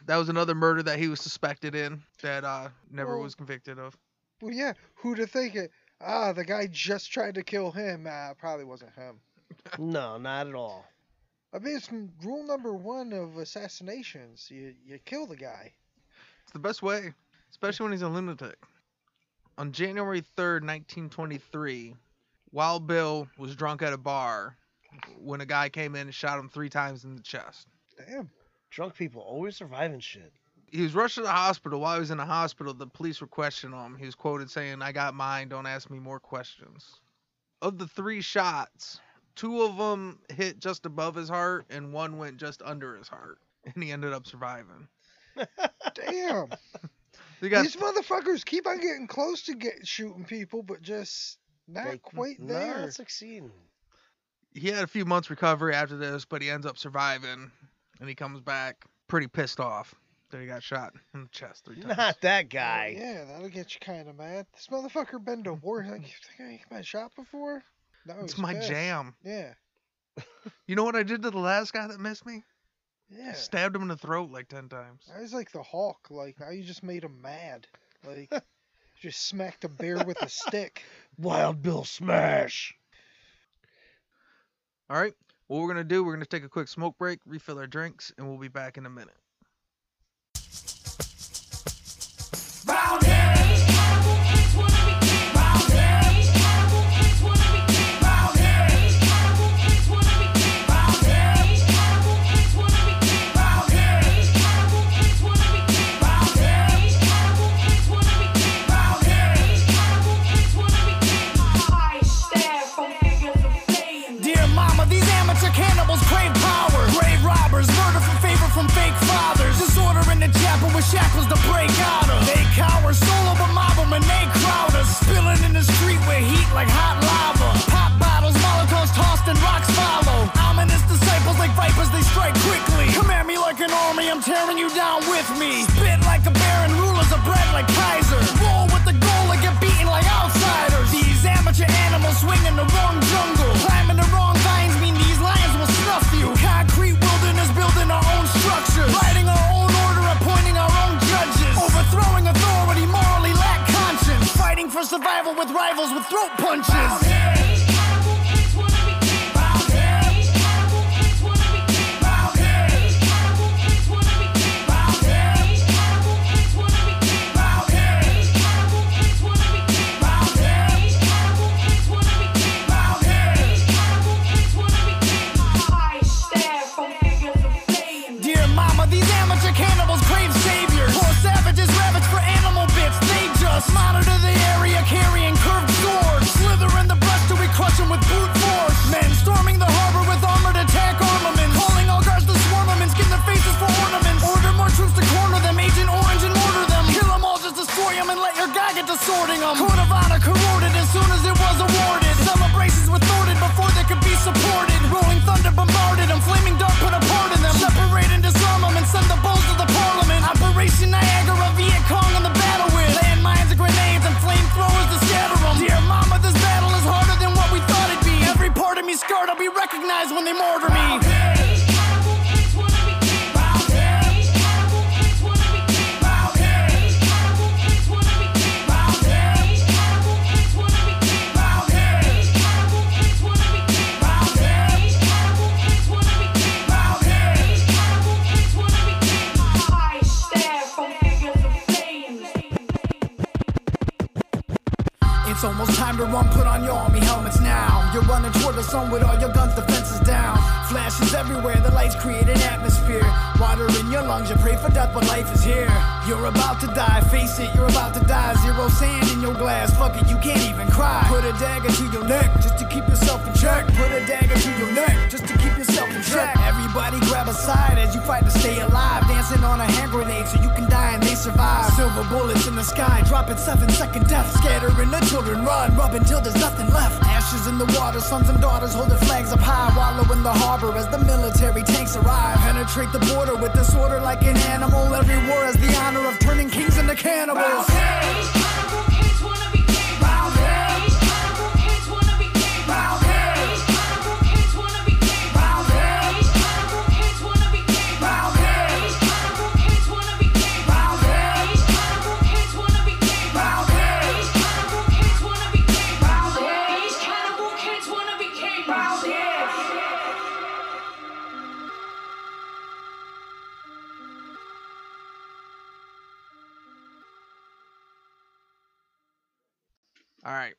B: That was another murder that he was suspected in that uh never
D: Well-
B: was convicted of.
D: Well, yeah. Who'd have think it? Ah, the guy just tried to kill him. Ah, it probably wasn't him.
C: no, not at all.
D: I mean, it's m- rule number one of assassinations. You you kill the guy.
B: It's the best way, especially when he's a lunatic. On January 3rd, 1923, Wild Bill was drunk at a bar when a guy came in and shot him three times in the chest.
D: Damn.
C: Drunk people always surviving shit.
B: He was rushed to the hospital. While he was in the hospital, the police were questioning him. He was quoted saying, I got mine. Don't ask me more questions. Of the three shots, two of them hit just above his heart and one went just under his heart. And he ended up surviving.
D: Damn.
B: He got,
D: These motherfuckers keep on getting close to get shooting people, but just not
C: They-
D: quite there.
C: Not succeeding.
B: he had a few months recovery after this, but he ends up surviving. And he comes back pretty pissed off that he got shot in the chest three times.
C: Not that
D: Well,
C: guy.
D: Yeah, that'll get you kind of mad. This motherfucker been to war. He's like, you think I hit my shot before? No,
B: it's
D: he's
B: my
D: pissed.
B: jam.
D: Yeah.
B: You know what I did to the last guy that missed me? I
D: Yeah.
B: Stabbed him in the throat like 10 times.
D: Now he's like the Hulk. Like now you just made him mad. Like just smacked a bear with a stick.
C: Wild Bill Smash.
B: All right. What we're going to do, we're going to take a quick smoke break, refill our drinks, and we'll be back in a minute.
G: Round here. drama. These amateur cannibals crave power. Grave robbers, murder for favor from fake fathers. Disorder in the chapel with shackles to break out of. They cower, soul of a mob when they crowd us. Spilling in the street with heat like hot lava. Pop bottles, molotovs tossed and rocks follow. Ominous disciples like vipers, they strike quickly. Come at me like an army, I'm tearing you down with me. Spit like a baron, rulers are bred like Kaiser. Roll with the goal and get beaten like outsiders. These amateur animals swing in the wrong jungle. Climbing the wrong vines mean these lions will snuff you. Concrete wilderness building our own structures. Writing our own order, appointing our own judges. Overthrowing authority, morally lack conscience. Fighting for survival with rivals with throat punches.
H: These cannibal kids wanna be kings. These cannibal kids wanna be kings. These cannibal kids wanna be kings. These cannibal kids wanna be kings. These cannibal kids wanna be kings. These cannibal kids wanna be kings. These cannibal kids wanna be kings. I stare from figure to fame.
G: Dear mama, these amateur cannibals crave saviors. Poor savages ravaged for animal bits. They just monitor the area carrying curved swords. Slither in the brush till we crush 'em with brute force. Men storming the harbor with armored attack armaments. Calling all guards to swarm 'em and skin their faces for ornaments. Order more troops to corner them. Agent Orange and order them. Kill 'em all, just destroy 'em and let your guy get to sorting 'em. Code of honor corroded as soon as it was awarded. Celebrations were thwarted before they could be supported. Rolling thunder bombarded 'em. Flaming dark put a part in them. Separate and disarm 'em and send the bulls to the parliament. Operation Niagara, Viet Cong on the battle with. Landmines and grenades and flamethrowers to scatter 'em. Dear mama, this battle is harder than what we thought it'd be. Every part of me scarred, I'll be recognized when they mortar me.
H: These cannibal kids wanna be kings. These cannibal kids wanna be kings. These cannibal kids wanna be kings. These cannibal kids wanna be kings. These cannibal kids wanna be kings. These cannibal kids wanna be kings. These cannibal kids wanna be kings. I stare from figure to fame.
G: It's almost time to run, put on your army helmets now. You're running toward the sun with all your guns, defenses down. Flashes everywhere, the lights create an atmosphere. Water in your lungs, you pray for death, but life is here. You're about to die, face it, you're about to die. Zero sand in your glass, fuck it, you can't even cry. Put a dagger to your neck just to keep yourself in check. Put a dagger to your neck just to keep yourself in check. Everybody grab a side as you fight to stay alive. Dancing on a hand grenade so you can die and they survive. Silver bullets in the sky, dropping seven second death. Scattering the children, run, rub until there's nothing left. Ashes in the water, sons and daughters holding flags up high. Wallow in the harbor as the military tanks arrive. Penetrate the border with disorder like an animal. Every war has the honor of turning kings into cannibals.
H: These cannibal kids wanna be kings. These cannibal kids wanna be kings. These cannibal kids wanna be kings. These cannibal kids wanna be kings. These cannibal kids wanna be kings. These cannibal kids wanna be kings. These cannibal kids wanna be kings. These cannibal kids wanna be kings.
B: All right,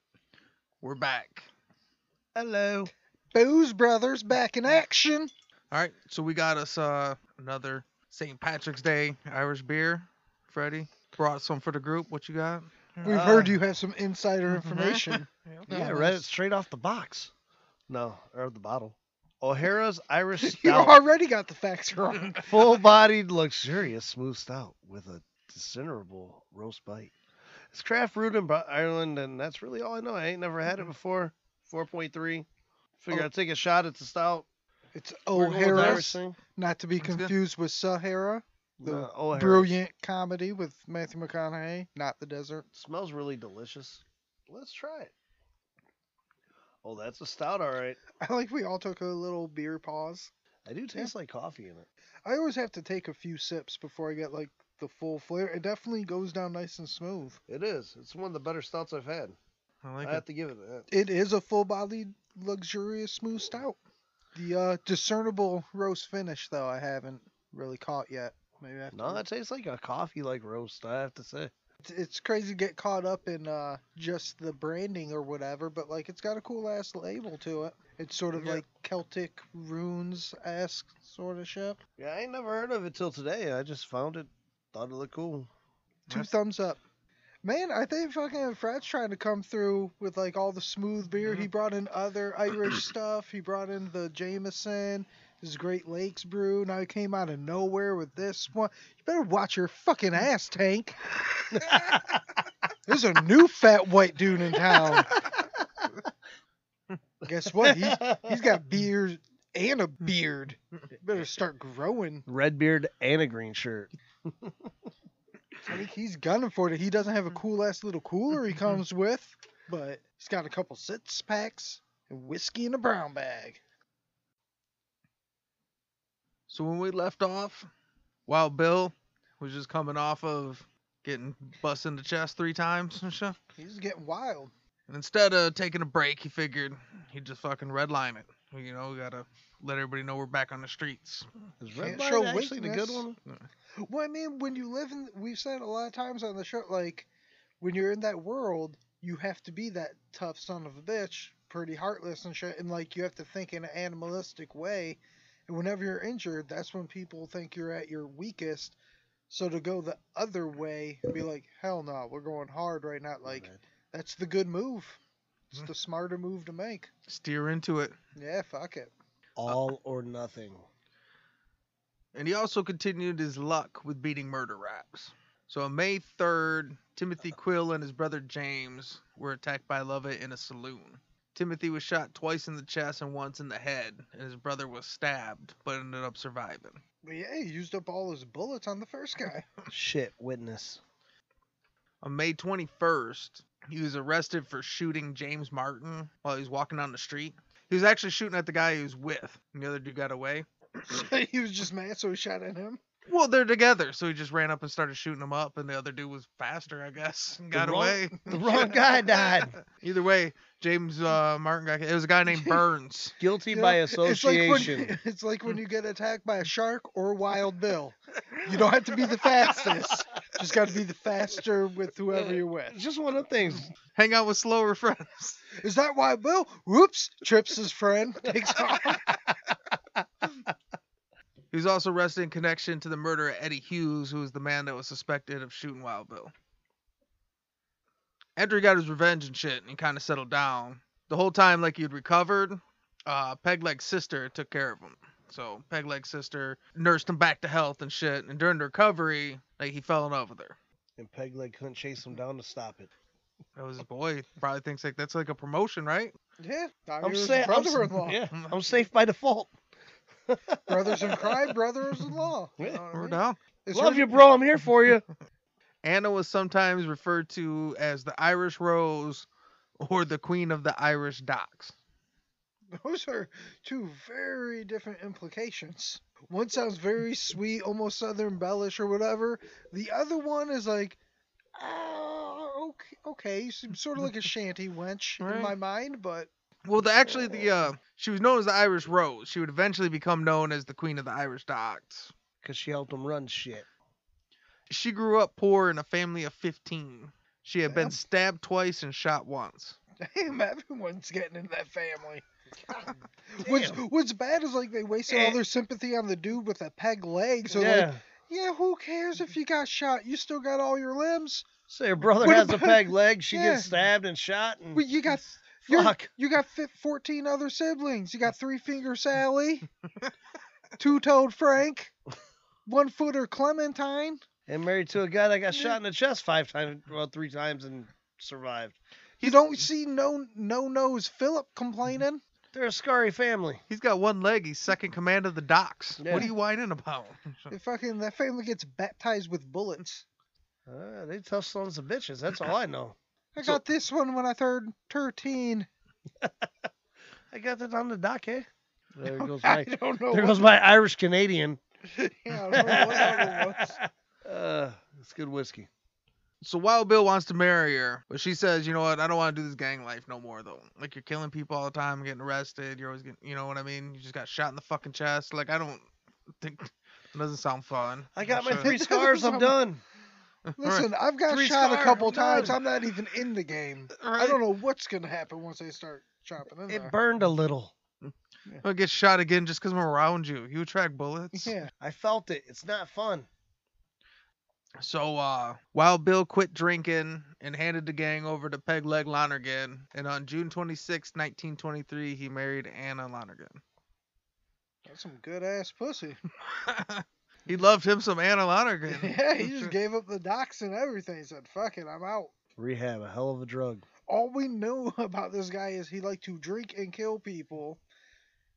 B: we're back. Hello.
D: Booze Brothers back in action.
B: All right, so we got us uh, another St. Patrick's Day Irish beer. Freddie brought some for the group. What you got?
D: We've
E: Ah.
D: heard you have some insider
E: Mm-hmm.
D: information.
E: Yeah, I read it straight off the box. No, or the bottle. O'Hara's Irish
D: You
E: Stout.
D: already got the facts wrong.
E: Full bodied, luxurious, smooth stout with a discernible roast bite. It's craft brewed in Bro- Ireland, and that's really all I know. I ain't never had it before. 4.3. Figure
D: Oh.
E: I'd take a shot. It's a stout.
D: It's
E: We're going with
D: O'Hara,
E: Irish thing.
D: not to be
B: Sounds good.
D: confused with Sahara, the
E: No, O'Hara.
D: brilliant comedy with Matthew McConaughey, not the desert.
E: smells really delicious. Let's try it. Oh, that's a stout, all right.
D: I like we all took a little beer pause.
E: I do taste like coffee in it.
D: I always have to take a few sips before I get like the full flavor. It definitely goes down nice and smooth.
E: It is. It's one of the better stouts I've had.
B: I like
E: I
B: it.
E: have to give it that.
D: It is a full-bodied, luxurious, smooth stout. The uh, discernible roast finish, though, I haven't really caught yet. Maybe I have
E: No,
D: to-
E: it tastes like a coffee like roast, I have to say.
D: it's- it's crazy to get caught up in uh, just the branding or whatever, but like it's got a cool ass label to it. It's sort of
B: Yeah.
D: like Celtic runes esque sort of shit.
E: Yeah, I ain't never heard of it till today. I just found it, thought it looked cool.
D: Two
B: That's-
D: thumbs up. Man, I think fucking Fred's trying to come through with like all the smooth beer. He brought in other Irish stuff. He brought in the Jameson, his Great Lakes brew. Now he came out of nowhere with this one. You better watch your fucking ass, Tank. There's a new fat white dude in town. Guess what? He's, he's got beard and a beard. You better start growing.
E: Red beard and a green shirt.
D: I think he's gunning for it. He doesn't have a cool ass little cooler he
E: Mm-hmm.
D: comes with, but he's got a couple six packs and whiskey in a brown bag.
B: So when we left off, Wild Bill was just coming off of getting bust in the chest three times and shit.
D: He's getting wild.
B: And instead of taking a break, he figured he'd just fucking redline it. You know, we gotta let everybody know we're back on the streets.
E: Is
D: Can't
E: red
D: show
E: line actually the good
D: weakness.
E: one?
D: Well, I mean, when you live in, we've said a lot of times on the show, like, when you're in that world, you have to be that tough son of a bitch, pretty heartless and shit, and like you have to think in an animalistic way. And whenever you're injured, that's when people think you're at your weakest. So to go the other way and be like, hell no, we're going hard right now, like, that's the good move. It's the smarter move to make.
B: Steer into it.
D: Yeah, fuck it.
E: All or nothing.
B: And he also continued his luck with beating murder raps. So on May 3rd, Timothy Quill and his brother James were attacked by Lovett in a saloon. Timothy was shot twice in the chest and once in the head, and his brother was stabbed but ended up surviving.
D: But yeah, he used up all his bullets on the first guy.
E: Shit, witness.
B: On May 21st, he was arrested for shooting James Martin while he was walking down the street. He was actually shooting at the guy he was with, and the other dude got away.
D: so he was just mad, so he shot at him.
B: Well, they're together, so he just ran up and started shooting him up, and the other dude was faster, I guess, and got
E: wrong-
B: away.
E: The wrong guy died.
B: Either way, James uh, Martin got. It was a guy named Burns.
E: Guilty
D: You know,
E: by
D: It's like, when,
E: association.
D: it's like when you get attacked by a shark or Wild Bill. You don't have to be the fastest. Just got to be the faster with whoever you're
E: It's
D: with.
E: just one of the things.
B: Hang out with slower friends.
D: Is that Wild Bill? Whoops! Trips his friend. Takes off.
B: He was also arrested in connection to the murder of Eddie Hughes, who was the man that was suspected of shooting Wild Bill. After he got his revenge and shit, and he kind of settled down. The whole time, like he'd recovered, uh, Pegleg's sister took care of him. So Pegleg's sister nursed him back to health and shit. And during the recovery, like he fell in love with her.
E: And Pegleg couldn't chase him down to stop it.
B: That was his boy. Probably thinks like that's like a promotion, right?
D: Yeah, now
E: I'm,
D: you're his
E: sa- I'm, s-
D: brother-in-law.
E: yeah, I'm safe by default.
D: Brothers in crime, brothers-in-law. You
E: Yeah.
D: know what I
B: We're
D: mean?
B: down.
D: It's
E: Love
D: her-
E: you, bro. I'm here for you.
B: Anna was sometimes referred to as the Irish Rose or the Queen of the Irish Docks.
D: Those are two very different implications. One sounds very sweet, almost Southern Bellish or whatever. The other one is like, ah, okay, okay, you seem sort of like a shanty wench in my
B: Right.
D: mind, but
B: Well, the, actually, the uh, she was known as the Irish Rose. She would eventually become known as the Queen of the Irish Docks.
E: Because she helped him run shit.
B: She grew up poor in a family of 15. She had
D: Damn.
B: been stabbed twice and shot once.
D: damn, everyone's getting in that family. What's, what's bad is like they wasted all their sympathy on the dude with a peg leg. So
E: yeah.
D: like, yeah, who cares if you got shot? You still got all your limbs.
E: so your brother
D: What
E: has a
D: about-
E: peg leg. She
D: Yeah.
E: gets stabbed and shot. And
D: Well, you got you're-
E: fuck.
D: You got fi- 14 other siblings. You got three finger Sally, two toed Frank, one footer Clementine.
E: And married to a guy that got shot in the chest five times, well, three times and survived.
D: You don't see no no nose Philip complaining.
E: They're a scary family.
B: He's got one leg. He's second command of the docks.
E: Yeah.
B: What are you whining about?
D: They fucking that family gets baptized with bullets.
E: Uh, they tough sons of bitches. That's all I know.
D: I
E: So-
D: got this one when I turned 13.
E: I got that on the dock, eh? There goes
D: I
E: my,
D: don't know.
E: there
D: what-
E: goes my Irish Canadian.
D: yeah, I don't know what that one was.
E: uh, it's good whiskey.
B: So Wild Bill wants to marry her, but she says, you know what? I don't want to do this gang life no more, though. Like, you're killing people all the time, getting arrested. You're always getting, you know what I mean? You just got shot in the fucking chest. Like, I don't think it doesn't sound fun.
E: I got my
B: Sure.
E: three scars. I'm done.
D: Listen, I've got
E: Three
D: shot a
E: scar,
D: couple
E: I'm
D: times.
E: done.
D: I'm not even in the game. I
B: Right.
D: don't know what's gonna happen once they start chopping in
E: It
D: there.
E: burned a little.
B: I'll get shot again just because I'm around you. You attract bullets.
D: Yeah,
E: I felt it. It's not fun.
B: So uh, Wild Bill quit drinking and handed the gang over to Peg Leg Lonergan. And on June 26, 1923, he married Anna Lonergan.
D: That's some good ass pussy.
B: he loved him some Anna Lonergan.
D: yeah, he just gave up the docs and everything. He said, "Fuck it, I'm out."
C: Rehab, a hell of a drug.
D: all we know about this guy is he liked to drink and kill people.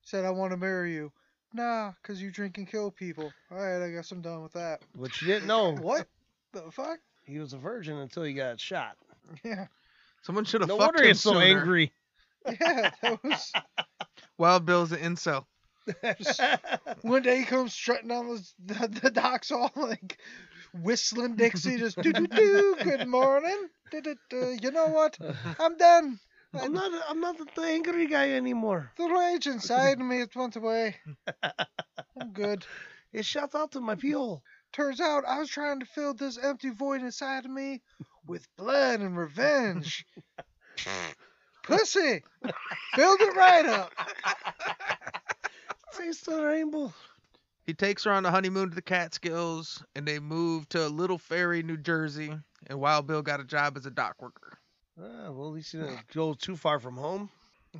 D: Said, I want to marry you. Nah, 'cause you drink and kill people. All right, I guess I'm done with that.
C: Which you didn't know.
D: What the fuck?
C: He was a virgin until he got shot.
D: Yeah,
B: Someone should have
C: No
B: fucked
C: wonder
B: him
C: he's so
B: sooner.
C: angry.
D: yeah, that was.
B: Wild Bill's an incel.
D: One day he comes strutting down the, the, the docks all like whistling Dixie, just do do do, good morning. Do, do, do. You know what? I'm done.
E: I'm not. I'm not the angry guy anymore.
D: The rage inside me, it went away. I'm good.
E: It shot out to my peel.
D: Turns out I was trying to fill this empty void inside of me with blood and revenge. Pussy! Build it right up!
E: Taste the rainbow.
B: He takes her on a honeymoon to the Catskills, and they move to Little Ferry, New Jersey. And Wild Bill got a job as a dock worker.
E: Ah, well, at least he didn't go too far from home.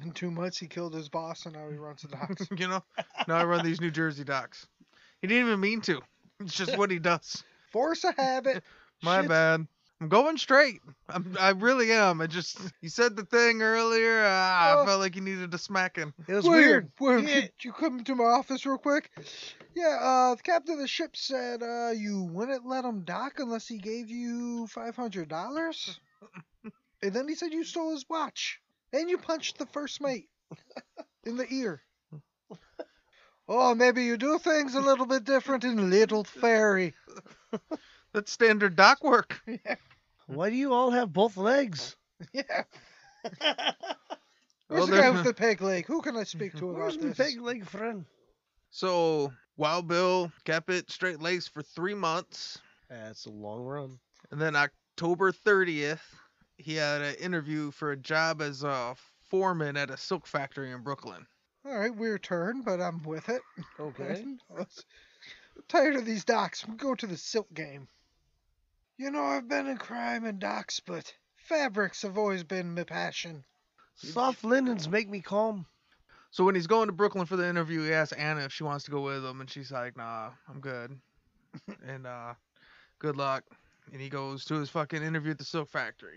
D: In two months, he killed his boss and now he runs the docks.
B: you know, now I run these New Jersey docks. He didn't even mean to. It's just what he does.
D: Force a habit.
B: My
D: Shit.
B: bad. I'm going straight. I'm, I really am. I just you said the thing earlier. ah, I
D: Oh.
B: felt like you needed a smacking.
E: It was
D: William,
E: weird.
D: William,
E: Yeah.
D: could you come to my office real quick? Yeah, uh, the captain of the ship said uh, you wouldn't let him dock unless he gave you $500. and then he said you stole his watch. And you punched the first mate in the ear. Oh, maybe you do things a little bit different in Little Fairy.
B: That's standard dock work.
E: Why do you all have both legs?
D: Yeah.
B: Well,
D: Where's the guy
B: there's
D: with
B: no-
D: the peg leg? Who can I speak to about
E: Where's my
D: this?
E: big leg friend?
B: So Wild Bill kept it straight laced for three months,
E: That's a long run.
B: and then October 30th, he had an interview for a job as a foreman at a silk factory in Brooklyn.
D: All right, weird turn, but I'm with it.
E: Okay.
D: I'm tired of these docs. Go to the silk game. You know, I've been in crime and docs, but fabrics have always been my passion.
E: Soft linens make me calm.
B: So when he's going to Brooklyn for the interview, he asks Anna if she wants to go with him, and she's like, "Nah, I'm good." and uh, good luck. And he goes to his fucking interview at the silk factory,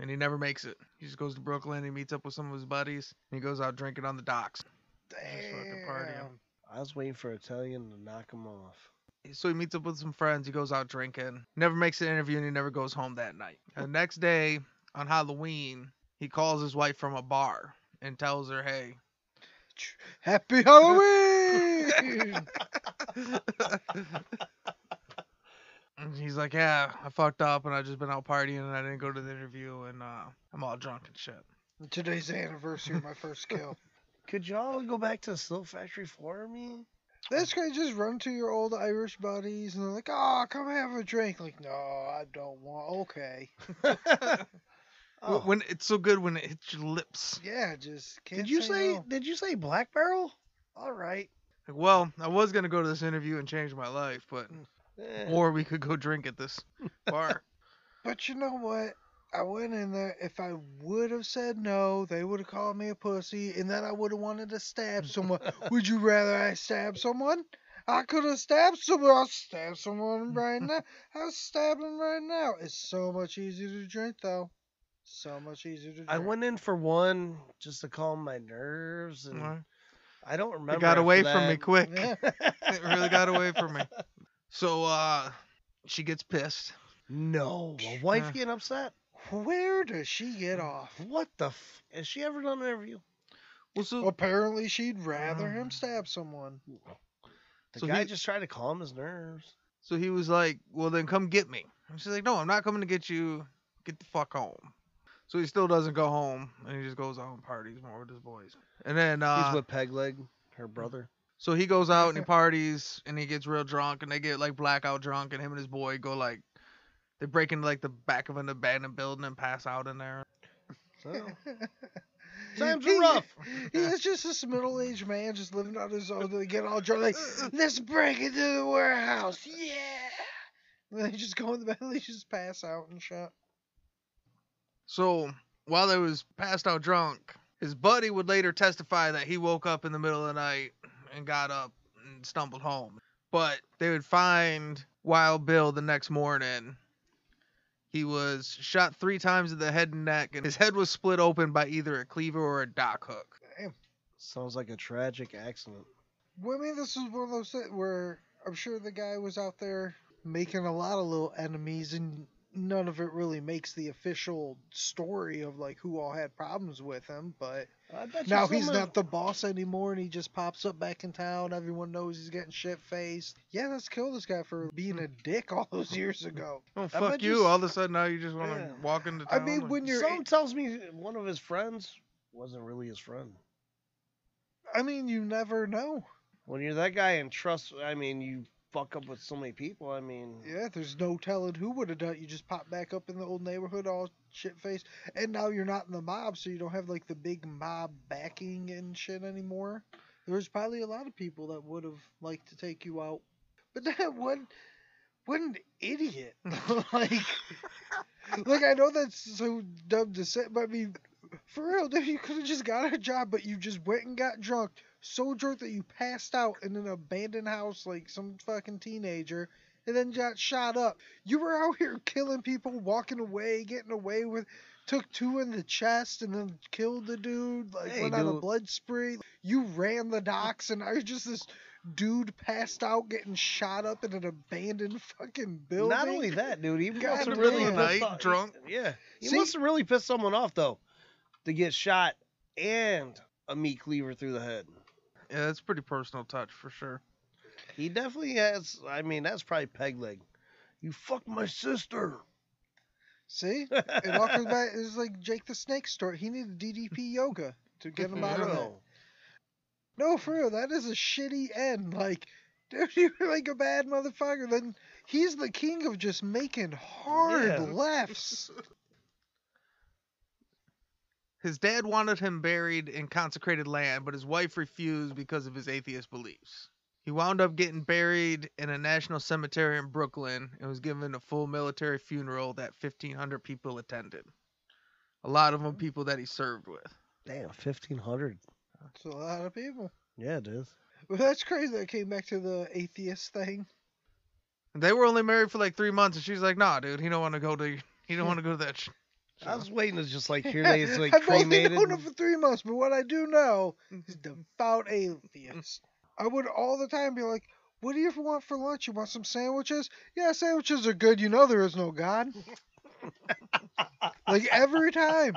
B: and he never makes it. He just goes to Brooklyn. He meets up with some of his buddies, and he goes out drinking on the docks. Just fucking partying.
D: Damn.
E: I was waiting for Italian to knock him off.
B: So he meets up with some friends. He goes out drinking. Never makes an interview, and he never goes home that night. And the next day on Halloween, he calls his wife from a bar and tells her, "Hey,
D: Happy Halloween!
B: And he's like, yeah, I fucked up and I just been out partying and I didn't go to the interview and uh, I'm all drunk and shit.
D: Today's the anniversary of my first kill.
E: Could y'all go back to the silk factory for me?
D: This guy just run to your old Irish buddies and they're like, oh, come have a drink. Like, no, I don't want. Okay.
B: W-
E: Oh.
B: When it's so good when it hits your lips.
D: Yeah, just can't.
E: Did you say?
D: no.
E: Did you say Black Barrel? All right.
B: Like, well, I was gonna go to this interview and change my life, but
E: Eh.
B: or we could go drink at this bar.
D: But you know what? I went in there. If I would have said no, they would have called me a pussy, and then I would have wanted to stab someone. would you rather I stab someone? I could have stabbed someone. I'll stab someone right now. I'll stab him right now. It's so much easier to drink, though. So much easier to drink.
E: I went in for one just to calm my nerves, and
B: Alright.
E: I don't remember.
B: It got
E: after
B: away from me
E: that.
B: quick.
D: Yeah.
B: it really got away from me. So uh, she gets pissed.
E: No, my wife
B: Yeah.
E: getting upset.
D: Where does she get off?
E: What the? F- Has she ever done an interview?
B: Well, so
E: Oh.
D: Apparently, she'd rather him
B: Um,
D: stab someone.
E: The
B: So
E: guy
B: he-
E: just tried to calm his nerves.
B: So he was like, "Well, then come get me." And she's like, "No, I'm not coming to get you. Get the fuck home." So he still doesn't go home, and he just goes out and parties more with his boys. And then, uh,
E: He's with Pegleg, her brother.
B: so he goes out and he parties, and he gets real drunk, and they get like blackout drunk, and him and his boy go like, they break into like the back of an abandoned building and pass out in there.
E: So, times
D: He-
E: are rough.
D: He is just this middle-aged man just living on his own. They get all drunk, like, let's break into the warehouse, yeah. They just go in the bed, they just pass out and shit.
B: So while they was passed out drunk, his buddy would later testify that he woke up in the middle of the night and got up and stumbled home. But they would find Wild Bill the next morning. He was shot three times in the head and neck, and his head was split open by either a cleaver or a dock hook.
E: Sounds like a tragic accident.
D: Well, I mean, this is one of those things where I'm sure the guy was out there making a lot of little enemies, and none of it really makes the official story of like who all had problems with him. But
E: I bet you
D: now he's
E: someone-
D: not the boss anymore, and he just pops up back in town. Everyone knows he's getting shit faced. Yeah, let's kill this guy for being a dick all those years ago.
B: Oh
E: bet
B: fuck you!
E: you s-
B: All of a sudden now you just want to
E: Yeah.
B: walk into
D: I
B: town.
D: mean,
B: and-
D: when you're
E: Some tells me one of his friends wasn't really his friend.
D: I mean, you never know.
E: When you're that guy and trust, I mean, you fuck up with so many people. I mean,
D: Yeah, there's no telling who would have done it. You just pop back up in the old neighborhood, all shit faced, and now you're not in the mob, so you don't have like the big mob backing and shit anymore. There's probably a lot of people that would have liked to take you out, but that one, what an idiot! like, like I know that's so dumb to say, but I mean, for real, dude, you could have just got a job, but you just went and got drunk, so drunk that you passed out in an abandoned house like some fucking teenager and then got shot up. You were out here killing people, walking away, getting away with. Took two in the chest and then killed the dude. Like
E: Hey,
D: went on a
E: dude.
D: blood spree. You ran the docks, and I was just this dude passed out getting shot up in an abandoned fucking building.
E: not only that, dude, he
D: God
E: must have
D: damn.
E: really
D: Middle
B: of the
E: pissed
B: night,
E: off-
B: drunk.
E: Yeah, he
D: See?
E: must have really pissed someone off though, to get shot and a meat cleaver through the head.
B: yeah, that's pretty personal touch for sure.
E: He definitely has. I mean, that's probably peg leg. You fucked my sister.
D: See, it all comes back. It's like Jake the Snake story. He needed DDP yoga to get him out of there.
E: Bro.
D: No, for real, that is a shitty end. Like, dude, you're like a bad motherfucker. Then he's the king of just making hard
E: Yeah.
D: lefts.
B: His dad wanted him buried in consecrated land, but his wife refused because of his atheist beliefs. He wound up getting buried in a national cemetery in Brooklyn and was given a full military funeral that 1,500 people attended. A lot of them
D: Mm-hmm.
B: people that he served with.
E: Damn, fifteen hundred.
D: It's a lot of people.
E: Yeah, it is.
D: Well, that's crazy. That came back to the atheist thing.
B: And they were only married for like three months, and she's like, "Nah, dude, he don't want to go to he don't want to go to that." Sh-.
E: I was waiting to just like hear they it's like
D: I've
E: cremated. Mm-hmm.
D: only known him for three months, but what I do know is devout atheist. I would all the time be like, "What do you want for lunch? You want some sandwiches? Yeah, sandwiches are good. You know there is no God." like every time,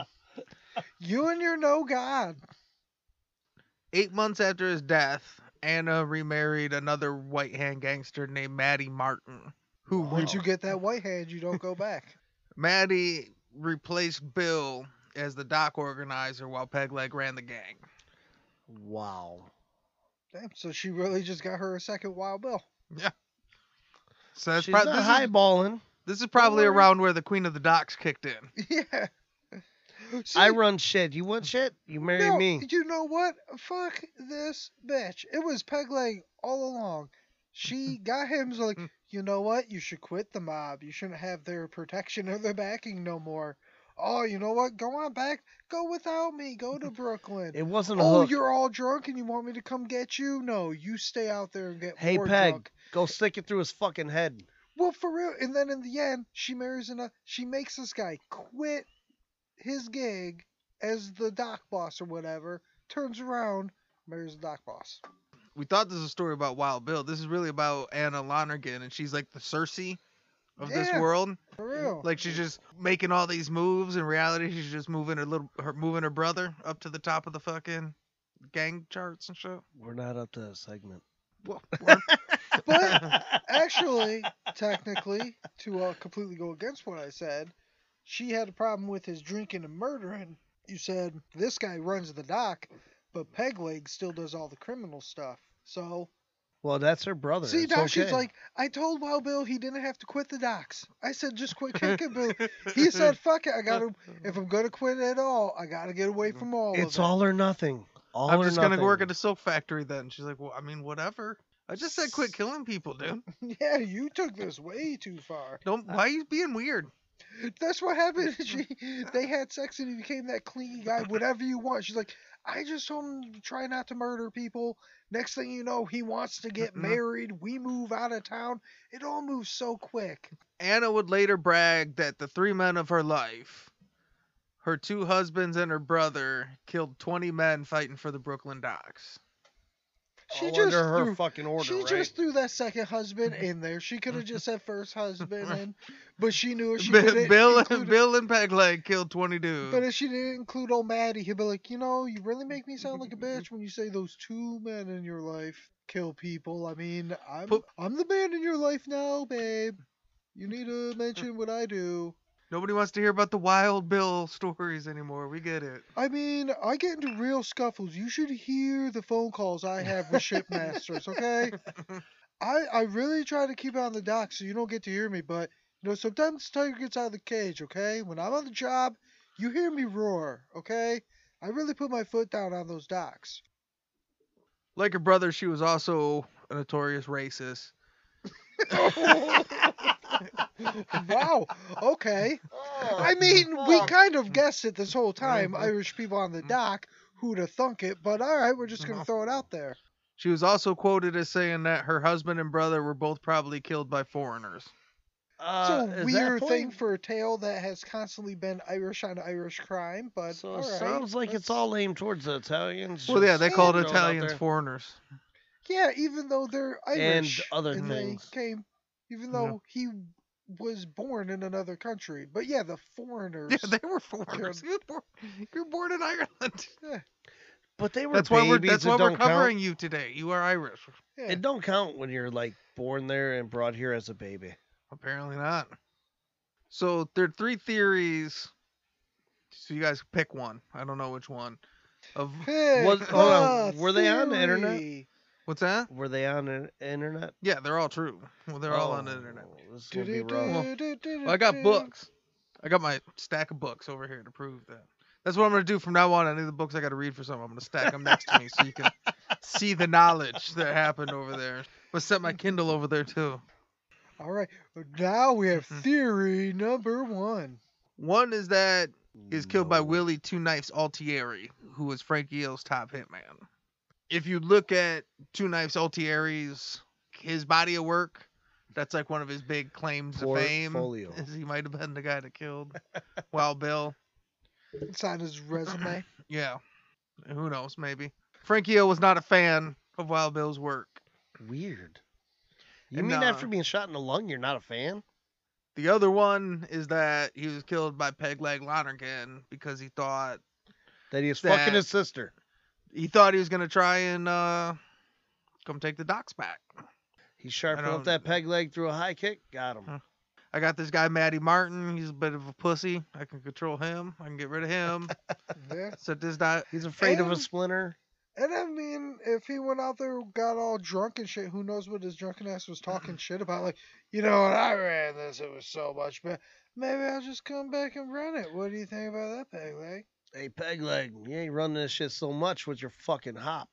D: you and your no God.
B: Eight months after his death, Anna remarried another white hand gangster named Matty Martin, who
D: Once you get that white hand, you don't go back.
B: Maddie replaced Bill as the dock organizer while Pegleg ran the gang.
E: Wow.
D: Damn, so she really just got her a second Wild Bill.
B: So that's
E: She's
B: prob-
E: not
B: this, is,
E: highballing.
B: this is probably
D: Or-
B: around where the Queen of the Docks kicked in.
D: Yeah.
E: I
D: See,
E: run shit. You want shit? You marry
D: No,
E: me.
D: You know what? Fuck this bitch. It was Peg Leg all along. She got him so like, you know what? You should quit the mob. You shouldn't have their protection or their backing no more. Oh, you know what? Go on back. Go without me. Go to Brooklyn.
E: It wasn't a
D: oh,
E: hook.
D: you're all drunk and you want me to come get you? No, you stay out there and get
E: Hey,
D: more
E: Peg.
D: drunk.
E: Go stick it through his fucking head.
D: Well, for real. And then in the end, she marries another. She makes this guy quit his gig as the dock boss or whatever. Turns around, marries the dock boss.
B: We thought this was a story about Wild Bill. This is really about Anna Lonergan, and she's like the Cersei of this
D: Yeah.
B: world.
D: For real.
B: Like she's just making all these moves. In reality, she's just moving her little, her moving her brother up to the top of the fucking gang charts and shit.
E: We're not up to that segment.
B: Well,
D: but actually, technically, to uh, completely go against what I said, she had a problem with his drinking and murdering. You said this guy runs the dock, but Pegleg still does all the criminal stuff. So
E: Well, that's her brother.
D: See,
E: it's
D: now
E: okay.
D: she's like, I told Wild Bill he didn't have to quit the docks. I said, just quit kicking Bill. He said, fuck it. I got to, if I'm going to quit at all, I got to get away from all
E: it's
D: of
E: all or nothing. All
B: I'm
E: or
B: just gonna
E: nothing.
B: work at a silk factory then. She's like, well, I mean, whatever. I just said quit killing people, dude.
D: yeah, you took this way too far.
B: Don't. Why are you being weird?
D: That's what happened. She, they had sex and he became that clingy guy. Whatever you want. She's like, I just told him to try not to murder people. Next thing you know, he wants to get
B: Mhm.
D: married. We move out of town. It all moves so quick.
B: Anna would later brag that the three men of her life, her two husbands and her brother, killed 20 men fighting for the Brooklyn docks.
D: She
E: All
D: just
E: under her
D: threw,
E: fucking order,
D: she
E: right?
D: just threw that second husband in there. She could have just said first husband, and, but she knew if she
B: Bill,
D: didn't
B: Bill,
D: include
B: and, Bill and Pegleg killed 20
D: But
B: dudes.
D: if she didn't include old Maddie, he'd be like, you know, you really make me sound like a bitch when you say those two men in your life kill people. I mean, I'm
B: Put-
D: I'm the man in your life now, babe. You need to mention what I do.
B: Nobody wants to hear about the Wild Bill stories anymore. We get it.
D: I mean, I get into real scuffles. You should hear the phone calls I have with shipmasters, okay? I I really try to keep it on the dock so you don't get to hear me, but you know, sometimes the tiger gets out of the cage, okay? When I'm on the job, you hear me roar, okay? I really put my foot down on those docks.
B: Like her brother, she was also a notorious racist.
D: Oh. wow. Okay. I mean, we kind of guessed it this whole time, Irish people on the dock, who'd have thunk it, but all right, we're just going to throw it out there.
B: She was also quoted as saying that her husband and brother were both probably killed by foreigners.
E: Uh,
D: It's a
E: is that
D: weird thing
E: playing-
D: for a tale that has constantly been Irish on Irish crime, but
E: So
D: all
E: it
D: right.
E: sounds like it's all aimed towards the Italians.
B: Well, yeah, they
E: Just
B: called
E: throwing it out
B: Italians
E: there.
B: foreigners.
D: Yeah, even though they're
E: And
D: Irish
E: other
D: and they
E: things.
D: came, even
B: Yeah.
D: though he was born in another country. But yeah, the foreigners.
B: Yeah, they were foreigners. You're born, you're born in Ireland.
E: But they were
B: That's why we're
E: babies,
B: that's
E: it
B: why we're
E: don't count.
B: covering you today. You are Irish.
D: yeah.
E: It don't count when you're like born there and brought here as a baby.
B: Apparently not. So there are three theories. So you guys pick one. I don't know which one. Of
D: Pick
E: Was- hold on,
D: a
E: were they on the internet?
D: ah, theory.
B: what's that?
E: Were they on the internet?
B: Yeah, they're all true. Well, they're all on the
E: Oh,
B: internet.
E: This is gonna be rough.
D: Do-do-do-do-do-do.
B: Well, I got books. I got my stack of books over here to prove that. That's what I'm gonna do from now on. Any of the books I gotta read for something, I'm gonna stack them next to me so you can see the knowledge that happened over there. But set my Kindle over there too.
D: All right, now we have
E: Mm-hmm.
D: theory number one.
B: One is that he was killed by
E: No.
B: Willie Two Knives Altieri, who was Frankie Yale's top hitman. If you look at Two Knives Altieri's his body of work, that's like one of his big claims to fame.
E: Portfolio.
B: Is he might have been the guy that killed Wild Bill.
D: It's on his resume.
B: Yeah. Who knows, maybe. Frankie Yale was not a fan of Wild Bill's work.
E: Weird. You
B: And,
E: mean
B: uh,
E: after being shot in the lung, you're not a fan?
B: The other one is that he was killed by Peg Leg Lonergan because he thought
E: That he was
B: that-
E: fucking his sister.
B: he thought he was gonna try and uh come take the docks back.
E: He sharpened
B: don't-
E: up that peg leg through a high kick. Got him.
B: Huh. I got this guy Matty Martin. He's a bit of a pussy. I can control him. I can get rid of him.
D: yeah.
B: so this guy,
E: He's afraid of a
D: And-
E: splinter.
D: And I mean, if he went out there, got all drunk and shit, who knows what his drunken ass was talking shit about? Like, you know, when I ran this, it was so much better. Maybe I'll just come back and run it. What do you think about that, Peg Leg?
E: Hey, peg leg, you ain't running this shit so much with your fucking hop.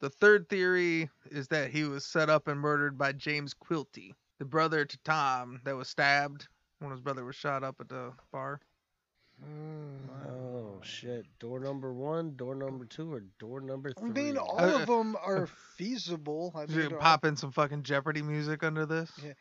B: the third theory is that he was set up and murdered by James Quilty, the brother to Tom that was stabbed when his brother was shot up at the bar.
E: Oh shit! Door number one, door number two, or door number
D: I
E: three?
D: mean, all
B: Uh,
D: of them are feasible. I mean,
B: Should
D: they're all-
B: pop in some fucking Jeopardy music under this.
D: Yeah.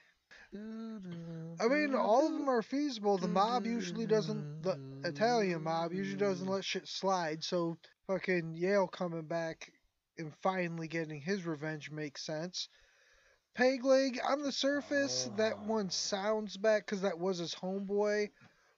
D: I mean, all of them are feasible. The mob usually doesn't, the Italian mob usually doesn't let shit slide. So fucking Yale coming back and finally getting his revenge makes sense. Peg leg on the surface, that one sounds bad because that was his homeboy.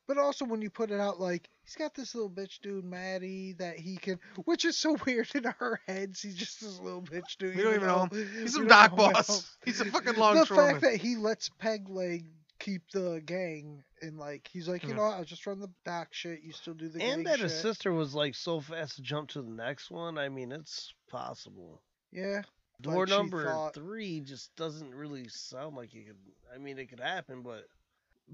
D: But also when you put it out, like he's got this little bitch dude Maddie that he can, which is so weird in our heads. He's just this little bitch dude.
B: You don't even know He's some
D: some
B: dock boss. He's a fucking
D: the fact
B: longshoreman.
D: that he lets Pegleg keep the gang and like he's like, you
B: Yeah.
D: know, what, I'll just run the dock shit. You still do the
E: and
D: gang
E: that
D: shit.
E: his sister was like so fast to jump to the next one. I mean, it's possible.
D: yeah,
E: Door
D: Like she
E: number
D: thought-
E: three just doesn't really sound like it could. I mean, it could happen, but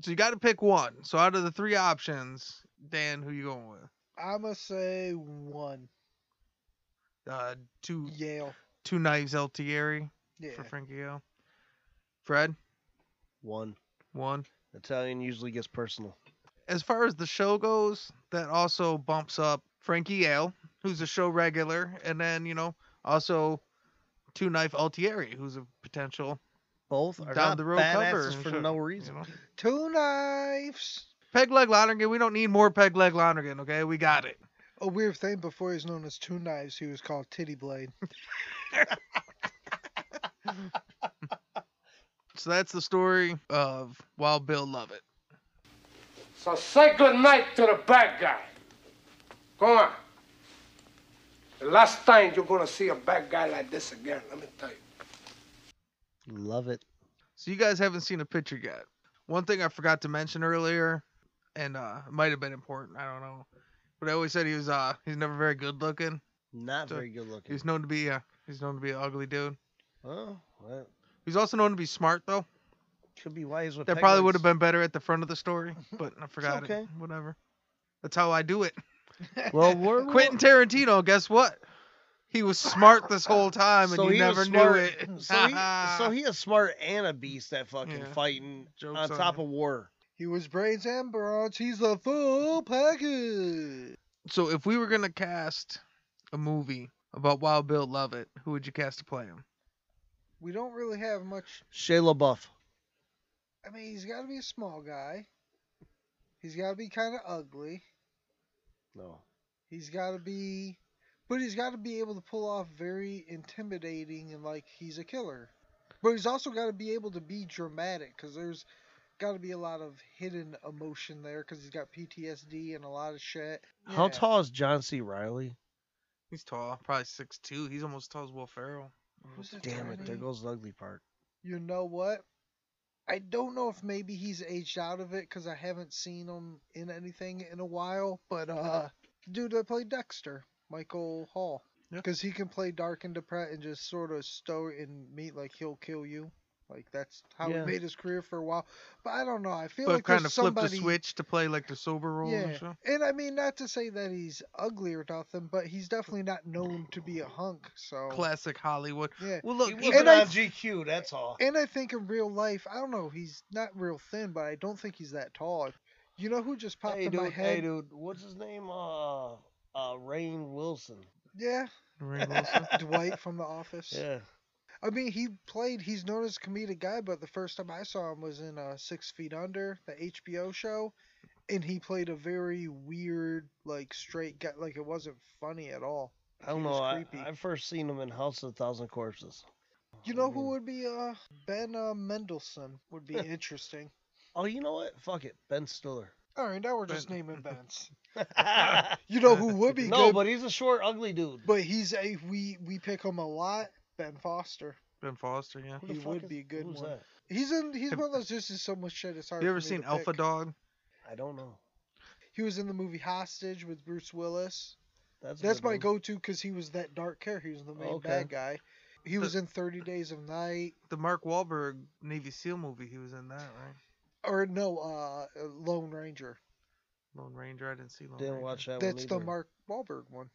B: So you got to pick one. So out of the three options, Dan, who you going with?
D: I'ma say one
B: Uh, two
D: Yale.
B: two knives Altieri.
D: Yeah.
B: for Frankie O. Fred,
E: One.
B: one.
E: Italian usually gets personal.
B: as far as the show goes, that also bumps up Frankie Yale, who's a show regular, and then you know also Two Knife Altieri, who's a potential
C: Both are
B: down
C: not
B: the road
C: badasses
B: cover and
C: for
B: shit,
C: no
B: you
C: reason.
B: know.
D: Two knives.
B: Peg Leg Lonergan, we don't need more Peg Leg Lonergan, okay? We got it.
D: A weird thing. Before he was known as Two Knives, he was called Titty Blade.
B: So that's the story of Wild Bill Lovett.
I: So say goodnight to the bad guy. Go on. The last time you're gonna see a bad guy like this again, let me tell you.
E: Love it.
B: So you guys haven't seen a picture yet. One thing I forgot to mention earlier, and uh, it might have been important, I don't know, but I always said he was uh he's never very good looking.
E: Not
B: So,
E: very good looking.
B: He's known to be uh he's known to be an ugly dude.
E: Oh, well,
B: He's also known to be smart though.
E: could be wise with
B: That
E: peg
B: probably
E: legs.
B: would have been better at the front of the story, but I forgot
E: okay.
B: it. Whatever. That's how I do it.
E: Well, we're
B: Quentin Tarantino, guess what? He was smart this whole time and
E: so
B: you
E: he was
B: never
E: smart-
B: knew it.
E: so, he, so he is smart and a beast at fucking
B: Yeah.
E: fighting
B: Joke's
E: on
B: on
E: top
B: you.
E: of war.
D: He was braids and bronze. He's the full package.
B: So if we were gonna cast a movie about Wild Bill Lovett, who would you cast to play him?
D: We don't really have much.
E: Shia LaBeouf.
D: I mean, he's got to be a small guy. He's got to be kind of ugly.
E: No.
D: He's got to be, but he's got to be able to pull off very intimidating and like he's a killer. But he's also got to be able to be dramatic because there's got to be a lot of hidden emotion there because he's got PTSD and a lot of shit.
E: How
D: Yeah.
E: tall is John C. Riley?
B: He's tall, probably six two. He's almost as tall as Will Ferrell.
D: Who's the
E: Damn it, there
D: attorney?
E: goes the ugly part.
D: You know what? I don't know if maybe he's aged out of it because I haven't seen him in anything in a while. But uh, the dude that played Dexter, Michael Hall,
B: Yeah.
D: because he can play dark and depressed and just sort of stow and meet like he'll kill you. Like that's how
E: Yeah.
D: he made his career for a while. But I don't know. I feel
B: But
D: like
B: kind
D: there's
B: of flipped
D: somebody.
B: the switch to play like the sober role in the
D: Yeah,
B: show.
D: and I mean not to say that he's ugly or nothing, but he's definitely not known to be a hunk. So
B: Classic Hollywood.
D: yeah,
B: Well look,
E: He
B: he-
E: wasn't
D: I-
E: on GQ, that's all.
D: And I think in real life, I don't know, he's not real thin, but I don't think he's that tall. You know who just popped
E: Hey
D: in
E: dude,
D: my
E: hey
D: head?
E: dude, what's his name? Uh, uh, Rain Wilson.
D: yeah,
B: Ray Wilson.
D: Dwight from The Office.
E: Yeah.
D: I mean, he played. He's known as a comedic guy, but the first time I saw him was in uh, Six Feet Under, the HBO show, and he played a very weird, like straight guy. Like it wasn't funny at all.
E: I don't
D: He
E: know.
D: was
E: I,
D: creepy.
E: I first seen him in House of a Thousand Corpses.
D: You know
E: Mm-hmm.
D: who would be uh Ben uh, Mendelsohn would be interesting.
E: Oh, you know what? Fuck it, Ben Stiller.
D: All right, now we're just naming Ben's. You know who would be
E: no,
D: good,
E: but he's a short, ugly dude.
D: But he's a we we pick him a lot. Ben Foster.
B: Ben Foster, yeah.
E: Who the
D: he
E: fuck
D: would
E: is-
D: be a good
E: who's
D: one.
E: that?
D: He's in he's
B: Have-
D: one of those just in so much shit it's hard.
B: You
D: for
B: ever
D: me to
B: seen Alpha
D: pick.
B: Dog?
E: I don't know.
D: He was in the movie Hostage with Bruce Willis.
E: That's, a
D: That's
E: good
D: my
E: one.
D: go-to because he was that dark character. He was the main
E: Okay.
D: bad guy. He was in Thirty Days of Night,
B: The Mark Wahlberg Navy SEAL movie, he was in that, right?
D: or no, uh, Lone Ranger.
B: Lone Ranger. I didn't see Lone
E: Didn't
B: Ranger.
E: watch that one.
D: That's the
E: either.
D: Mark Wahlberg one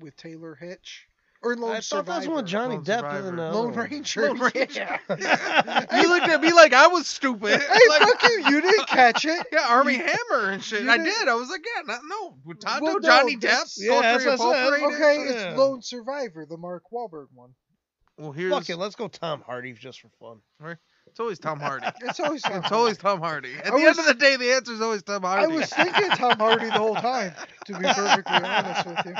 D: with Taylor Hitch. Or Lone
E: I thought
D: Survivor.
E: that's one Johnny
B: Lone
E: Depp
B: Survivor.
E: and uh,
D: Lone Ranger.
B: Lone Ranger.
D: yeah.
B: You looked at me like I was stupid.
D: hey,
B: like,
D: fuck you! You didn't catch it.
B: Yeah, Army Hammer and shit.
D: you
B: I
D: didn't-
B: did. I was like, yeah, not, no, Mutanto,
D: Well, no,
B: Johnny Depp,
D: that's-
E: yeah, that's
B: Sultry
E: what I said.
B: Appropriated.
D: Okay,
E: Yeah.
D: it's Lone Survivor, the Mark Wahlberg one.
B: Well, here's
E: Fuck it, let's go Tom Hardy just for fun.
B: it's always Tom Hardy.
D: It's always Tom
B: It's always Tom Hardy. At
D: I
B: the end
D: was-
B: of the day, the answer is always Tom
D: I
B: Hardy.
D: was thinking Tom Hardy the whole time, to be perfectly honest with you.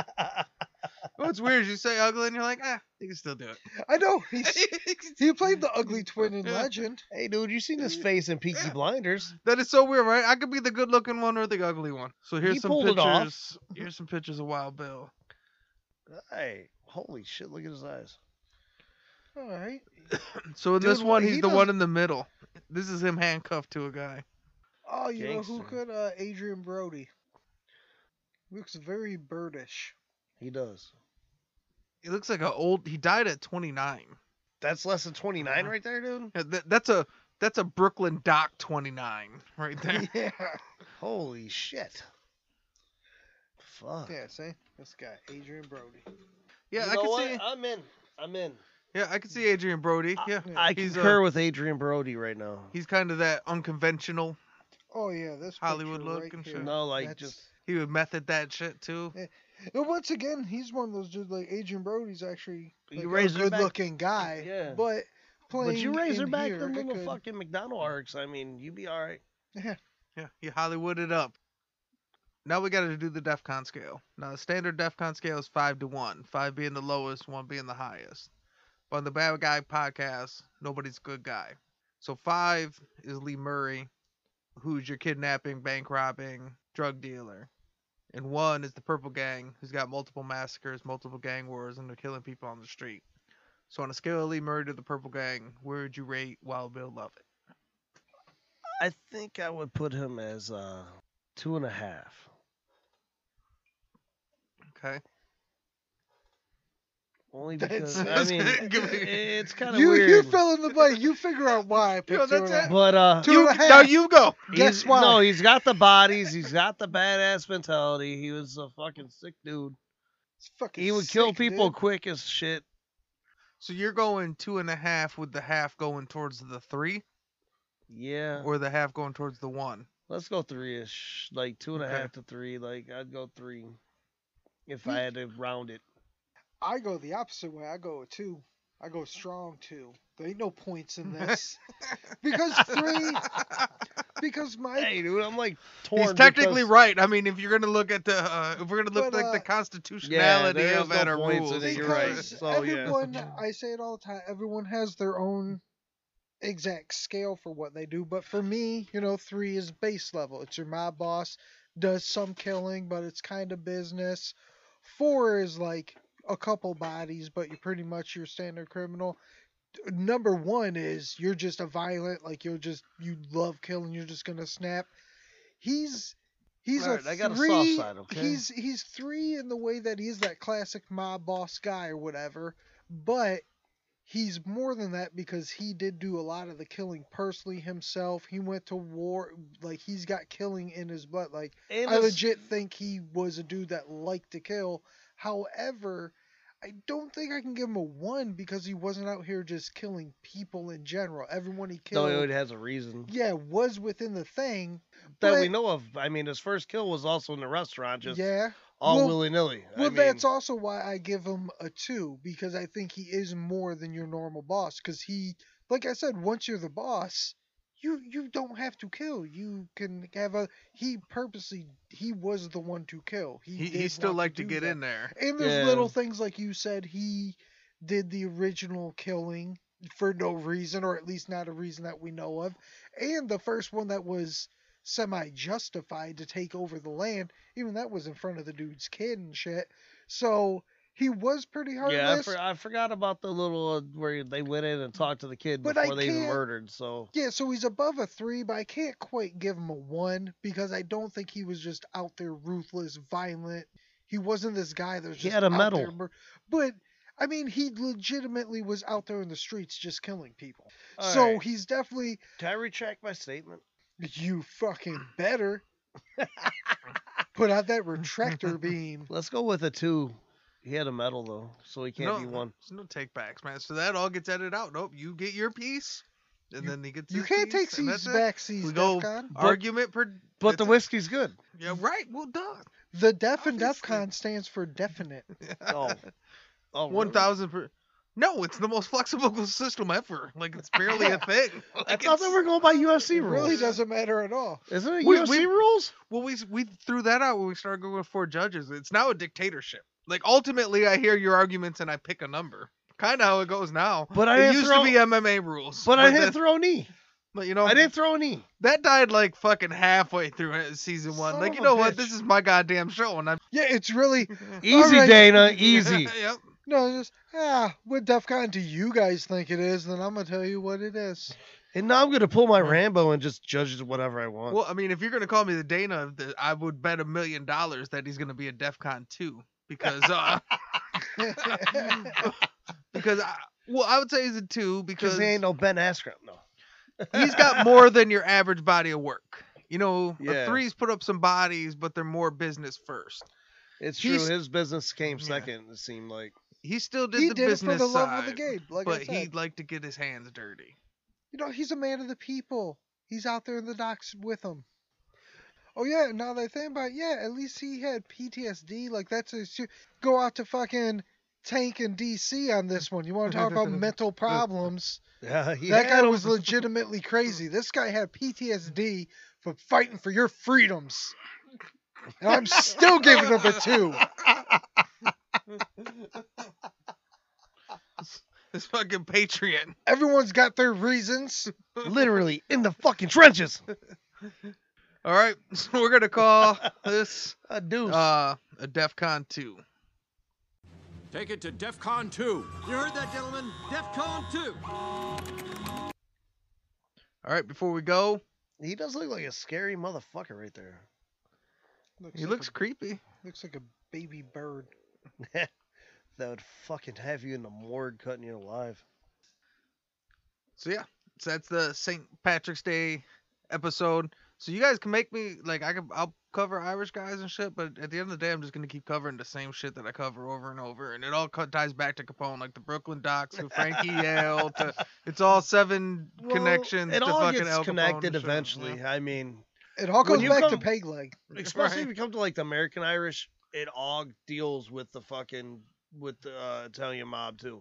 B: What's weird is you say ugly and you're like, ah, you can still do
D: I know he's,
B: it.
D: he played the ugly twin in Legend.
E: Hey, dude, you seen his face in Peaky
B: Yeah.
E: Blinders?
B: that is so weird, right? I could be the good looking one or the ugly one. So here's
E: He
B: some
E: pulled it off.
B: pictures. Here's some pictures of Wild Bill.
E: Hey, holy shit, look at his eyes.
D: All right,
B: So in this
D: Dude,
B: one,
D: he
B: he's the
D: does-
B: one in the middle. This is him handcuffed to a guy.
D: oh, you know who
E: Gangster.
D: could? Uh, Adrian Brody looks very birdish.
E: He does.
B: He looks like an old. He died at 29.
E: That's less than 29 right there, dude.
B: Yeah, Uh, that, that's a that's a Brooklyn Dock 29 right there.
D: Yeah,
E: Holy shit. Fuck.
D: yeah. See this guy, Adrian Brody.
B: Yeah,
E: You
B: I
E: know
B: can
E: what?
B: see.
E: I'm in. I'm in.
B: Yeah, I can see Adrian Brody. Yeah,
E: I
B: he's, uh,
E: concur with Adrian Brody right now.
B: He's kind of that unconventional.
D: Oh yeah, this
B: Hollywood
D: picture
B: look
D: right
B: and
D: here,
B: shit.
E: No, like
D: that's-
E: just
B: He would method that shit too.
D: And once again, he's one of those dudes like Adrian Brody's actually like,
E: You
D: a
E: raise her back-
D: good-looking guy.
E: Yeah.
D: But playing
E: But you raise her
D: in
E: back
D: here,
E: the
D: it
E: little
D: could-
E: fucking McDonald arcs. I mean, you be all right.
B: Yeah, he Hollywooded up. Now we got to do the DEFCON scale. Now the standard DEFCON scale is five to one, five being the lowest, one being the highest. But on the Bad Guy podcast, nobody's a good guy. So five is Lee Murray, who's your kidnapping, bank robbing, drug dealer, and one is the Purple Gang, who's got multiple massacres, multiple gang wars, and they're killing people on the street. So on a scale of Lee Murray to the Purple Gang, where would you rate Wild Bill Lovett?
E: I think I would put him as uh two and a half.
B: Okay.
E: Only because
D: That's-
E: I
B: that's
E: mean,
B: it. Give me-
E: it's kind of
D: You
E: weird.
D: you fill in the blank. You figure out why I picked
B: that's
D: her out.
B: it.
E: but uh,
D: Two and a
B: Now
D: half.
B: you go.
D: Guess
E: he's-
D: why?
E: No, he's got the bodies. He's got the badass mentality. He was a fucking sick dude.
D: It's fucking
E: He would kill
D: sick,
E: people
D: dude.
E: quick as shit.
B: So you're going two and a half with the half going towards the three,
E: Yeah,
B: or the half going towards the one.
E: let's go three ish, like two and a half
B: Okay.
E: to three. Like I'd go three if I had to round it.
D: I go the opposite way. I go a two. I go strong two. There ain't no points in this because three. Because my
E: Hey, dude, I'm like torn.
B: He's technically
E: because-
B: right. I mean, if you're gonna look at the, uh, if we're gonna look
D: But,
B: at the
D: uh,
B: constitutionality
E: there is
B: of
E: no
B: that or
E: points
B: rules.
E: in it, you're right.
D: because
E: So, yeah.
D: everyone, I say it all the time. Everyone has their own exact scale for what they do. But for me, you know, three is base level. It's your mob boss does some killing, but it's kind of business. Four is like a couple bodies, but you're pretty much your standard criminal. Number one is you're just a violent, like you're just you love killing. You're just gonna snap. He's he's
E: All
D: a
E: right, I got a soft
D: three.
E: side, okay?
D: He's he's three in the way that he's that classic mob boss guy or whatever, but he's more than that because he did do a lot of the killing personally himself. He went to war, like he's got killing in his blood. Like
E: And
D: I
E: it's-
D: legit think he was a dude that liked to kill. However, I don't think I can give him a one because he wasn't out here just killing people in general. Everyone he
E: No,
D: killed,
E: it has a reason
D: yeah, was within the thing.
E: that we
D: but-
E: know of. I mean, his first kill was also in the restaurant, just
D: yeah.
E: all
D: well-
E: willy nilly.
D: Well,
E: I mean,
D: that's also why I give him a two because I think he is more than your normal boss. Because he, like I said, once you're the boss, you you don't have to kill. You can have a. He purposely he was the one to kill. He
B: He, he
D: did
B: still
D: want
B: liked to
D: do
B: get
D: that.
B: in there.
D: And there's
E: Yeah.
D: little things like you said he did the original killing for no reason, or at least not a reason that we know of, and the first one that was semi justified to take over the land, even that was in front of the dude's kid and shit. So he was pretty
E: Yeah, I,
D: heartless.
E: for, I forgot about the little uh, where they went in and talked to the kid
D: But I
E: before they even
D: can't-
E: murdered. So
D: Yeah, so he's above a three, but I can't quite give him a one because I don't think he was just out there ruthless, violent. He wasn't this guy that was
E: He
D: just
E: had a
D: out
E: medal.
D: there mur- But I mean, he legitimately was out there in the streets just killing people.
E: All
D: so
E: right.
D: he's definitely
E: Can I retract my statement?
D: you fucking better put out that retractor beam.
E: Let's go with a two. He had a medal though, so he can't
B: no,
E: be one.
B: There's no take backs, man. So that all gets edited out. Nope, you get your piece, and then he gets.
D: You
B: his
D: can't take
B: piece, and
D: these
B: that's it.
D: back seas,
B: We go
D: DEFCON.
B: argument per.
E: But the
B: that's it.
E: whiskey's good.
B: Yeah, right. Well done.
D: The def and
B: obviously.
D: DEFCON stands for definite.
E: Oh, oh,
B: One
E: really?
B: thousand per. No, it's the most flexible system ever. Like it's barely a thing.
E: I
B: Like,
E: thought
B: it's-
E: they were going by UFC
D: It really
E: rules.
D: doesn't matter at all.
E: Isn't it
B: We-
E: UFC
B: we-
E: rules?
B: Well, we we threw that out when we started going with four judges. It's now a dictatorship. Like ultimately, I hear your arguments and I pick a number. Kind of how it goes now.
E: But I
B: it
E: didn't
B: used
E: throw-
B: to be MMA rules.
E: But Oh. I didn't
B: that-
E: throw a knee.
B: but you know,
E: I didn't throw E. a knee.
B: that died like fucking halfway through it, season one.
D: Son
B: like
D: of
B: you
D: a
B: know what?
D: bitch.
B: This is my goddamn show, and I'm
D: Yeah, it's really
E: Easy,
D: right.
E: Dana. Easy.
B: yep.
D: No, it's just ah, what DEF CON do you guys think it is? Then I'm gonna tell you what it is.
E: and now I'm gonna pull my Rambo and just judge whatever I want.
B: Well, I mean, if you're gonna call me the Dana of the, I would bet a million dollars that he's gonna be a DefCon two because uh, because I, well, I would say he's a two
E: Because
B: because
E: he ain't no Ben Askren. No.
B: he's got more than your average body of work. You know,
E: Yeah.
B: a three's put up some bodies, but they're more business first.
E: It's
B: He's-
E: true. His business came
B: Yeah.
E: second. It seemed like
B: he still did
D: he
B: the
D: did it
B: business
D: for the love of the
B: side,
D: game. Like
B: but
D: I said.
B: he liked to get his hands dirty.
D: You know, he's a man of the people. He's out there in the docks with them. Oh yeah, now that I think about it, yeah, at least he had PTSD. Like that's a su- go out to fucking Tank and DC on this one. You want to talk about mental problems?
E: Yeah,
D: That guy was legitimately crazy. This guy had PTSD for fighting for your freedoms. And I'm still giving him a two.
B: This fucking patriot.
D: Everyone's got their reasons.
E: literally in the fucking trenches.
B: All right, so we're gonna call this
E: A deuce.
B: uh, a DefCon two.
A: Take it to DEFCON 2. You heard that, gentlemen? DEFCON 2.
B: All right, before we go,
E: he does look like a scary motherfucker right there.
B: he looks creepy.
D: looks like a baby bird.
E: That would fucking have you in the morgue cutting you alive.
B: So yeah, so that's the St. Patrick's Day episode. So you guys can make me like I can I'll cover Irish guys and shit, but at the end of the day, I'm just gonna keep covering the same shit that I cover over and over, and it all cut, ties back to Capone, like the Brooklyn Docks to Frankie Yale to it's all seven connections.
E: It
B: to
E: all
B: fucking
E: gets
B: Al Capone and shit,
E: connected
B: you know?
E: eventually. I mean,
D: It all
E: When
D: goes
E: you
D: back to
E: come-
D: peg leg.
E: especially if you come to like the American Irish, it all deals with the fucking with the uh, Italian mob too.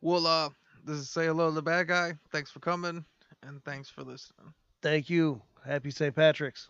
B: Well, uh, this is say hello to the bad guy. Thanks for coming, and thanks for listening.
E: Thank you. Happy St. Patrick's.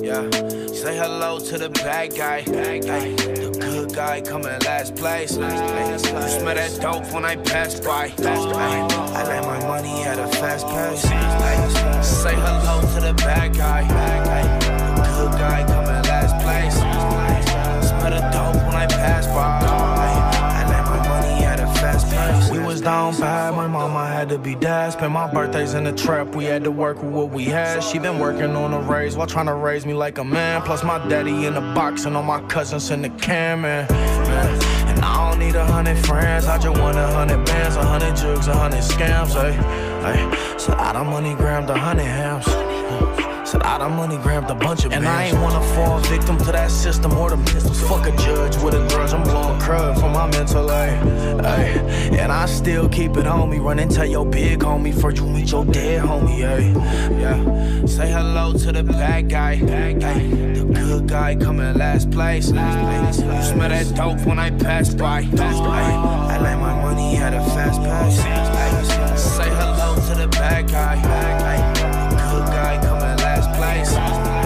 A: Yeah, say hello to the bad guy. Ay, the good guy coming last place. Ay, smell that dope when I pass by. Ay, I lay my money at a fast pace. Ay, say hello to the bad guy. Ay, the good guy coming last place. Ay, smell the dope when I pass by. Ay, I lay my money at a fast pace. We was down bad, my mama had to be dad. Spent my birthdays in the trap, we had to work with what we had. She been working on a raise while trying to raise me like a man. Plus my daddy in the box and all my cousins in the cam. And, and I don't need a hundred friends, I just want a hundred bands, a hundred jokes, a hundred scams. Ay, ay. So I done money grabbed a hundred hams. Said I done money, grabbed a bunch of And I ain't wanna fall victim to that system or them pistols. Fuck a judge with a grudge, I'm blowing crud for my mental aid. Ay, and I still keep it on me. Run and tell your big homie before you meet your dead homie. Ay, yeah. Say hello to the bad guy. Ay, the good guy coming last place. Ay, smell that dope when I pass by. Ay, I lay my money at a fast pace. Ay, say hello to the bad guy. Ay, the good guy coming last place.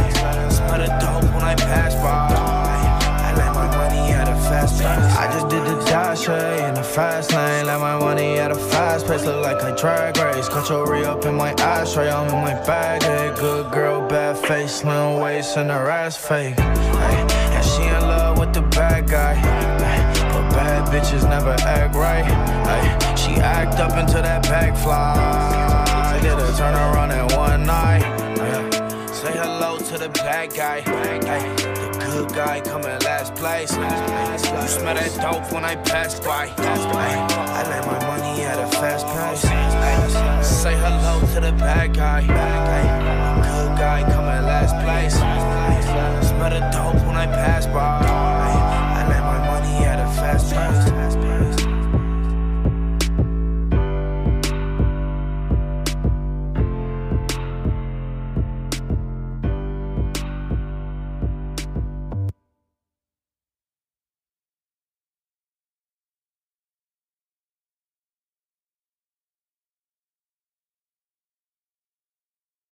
A: Smell the dope when I pass by. I let my money at a fast pace. I just did the dash hey, in the fast lane. Let my money at a fast pace. Look like a drag race. Control re up in my ashtray. I'm in my bag. Hey, good girl, bad face. Slim waist and her ass fake. Hey, and she in love with the bad guy. Hey, but bad bitches never act right. Hey, she act up into that bag fly. I did a turnaround in one night. Yeah. Say hello to the bad guy. Ay, the good guy coming last place. Ay, you smell that dope when I pass by. Ay, I lay my money at a fast pace. Ay, say hello to the bad guy. Ay, the good guy coming last place. Ay, smell the dope when I pass by. Ay, I lay my money at a fast pace.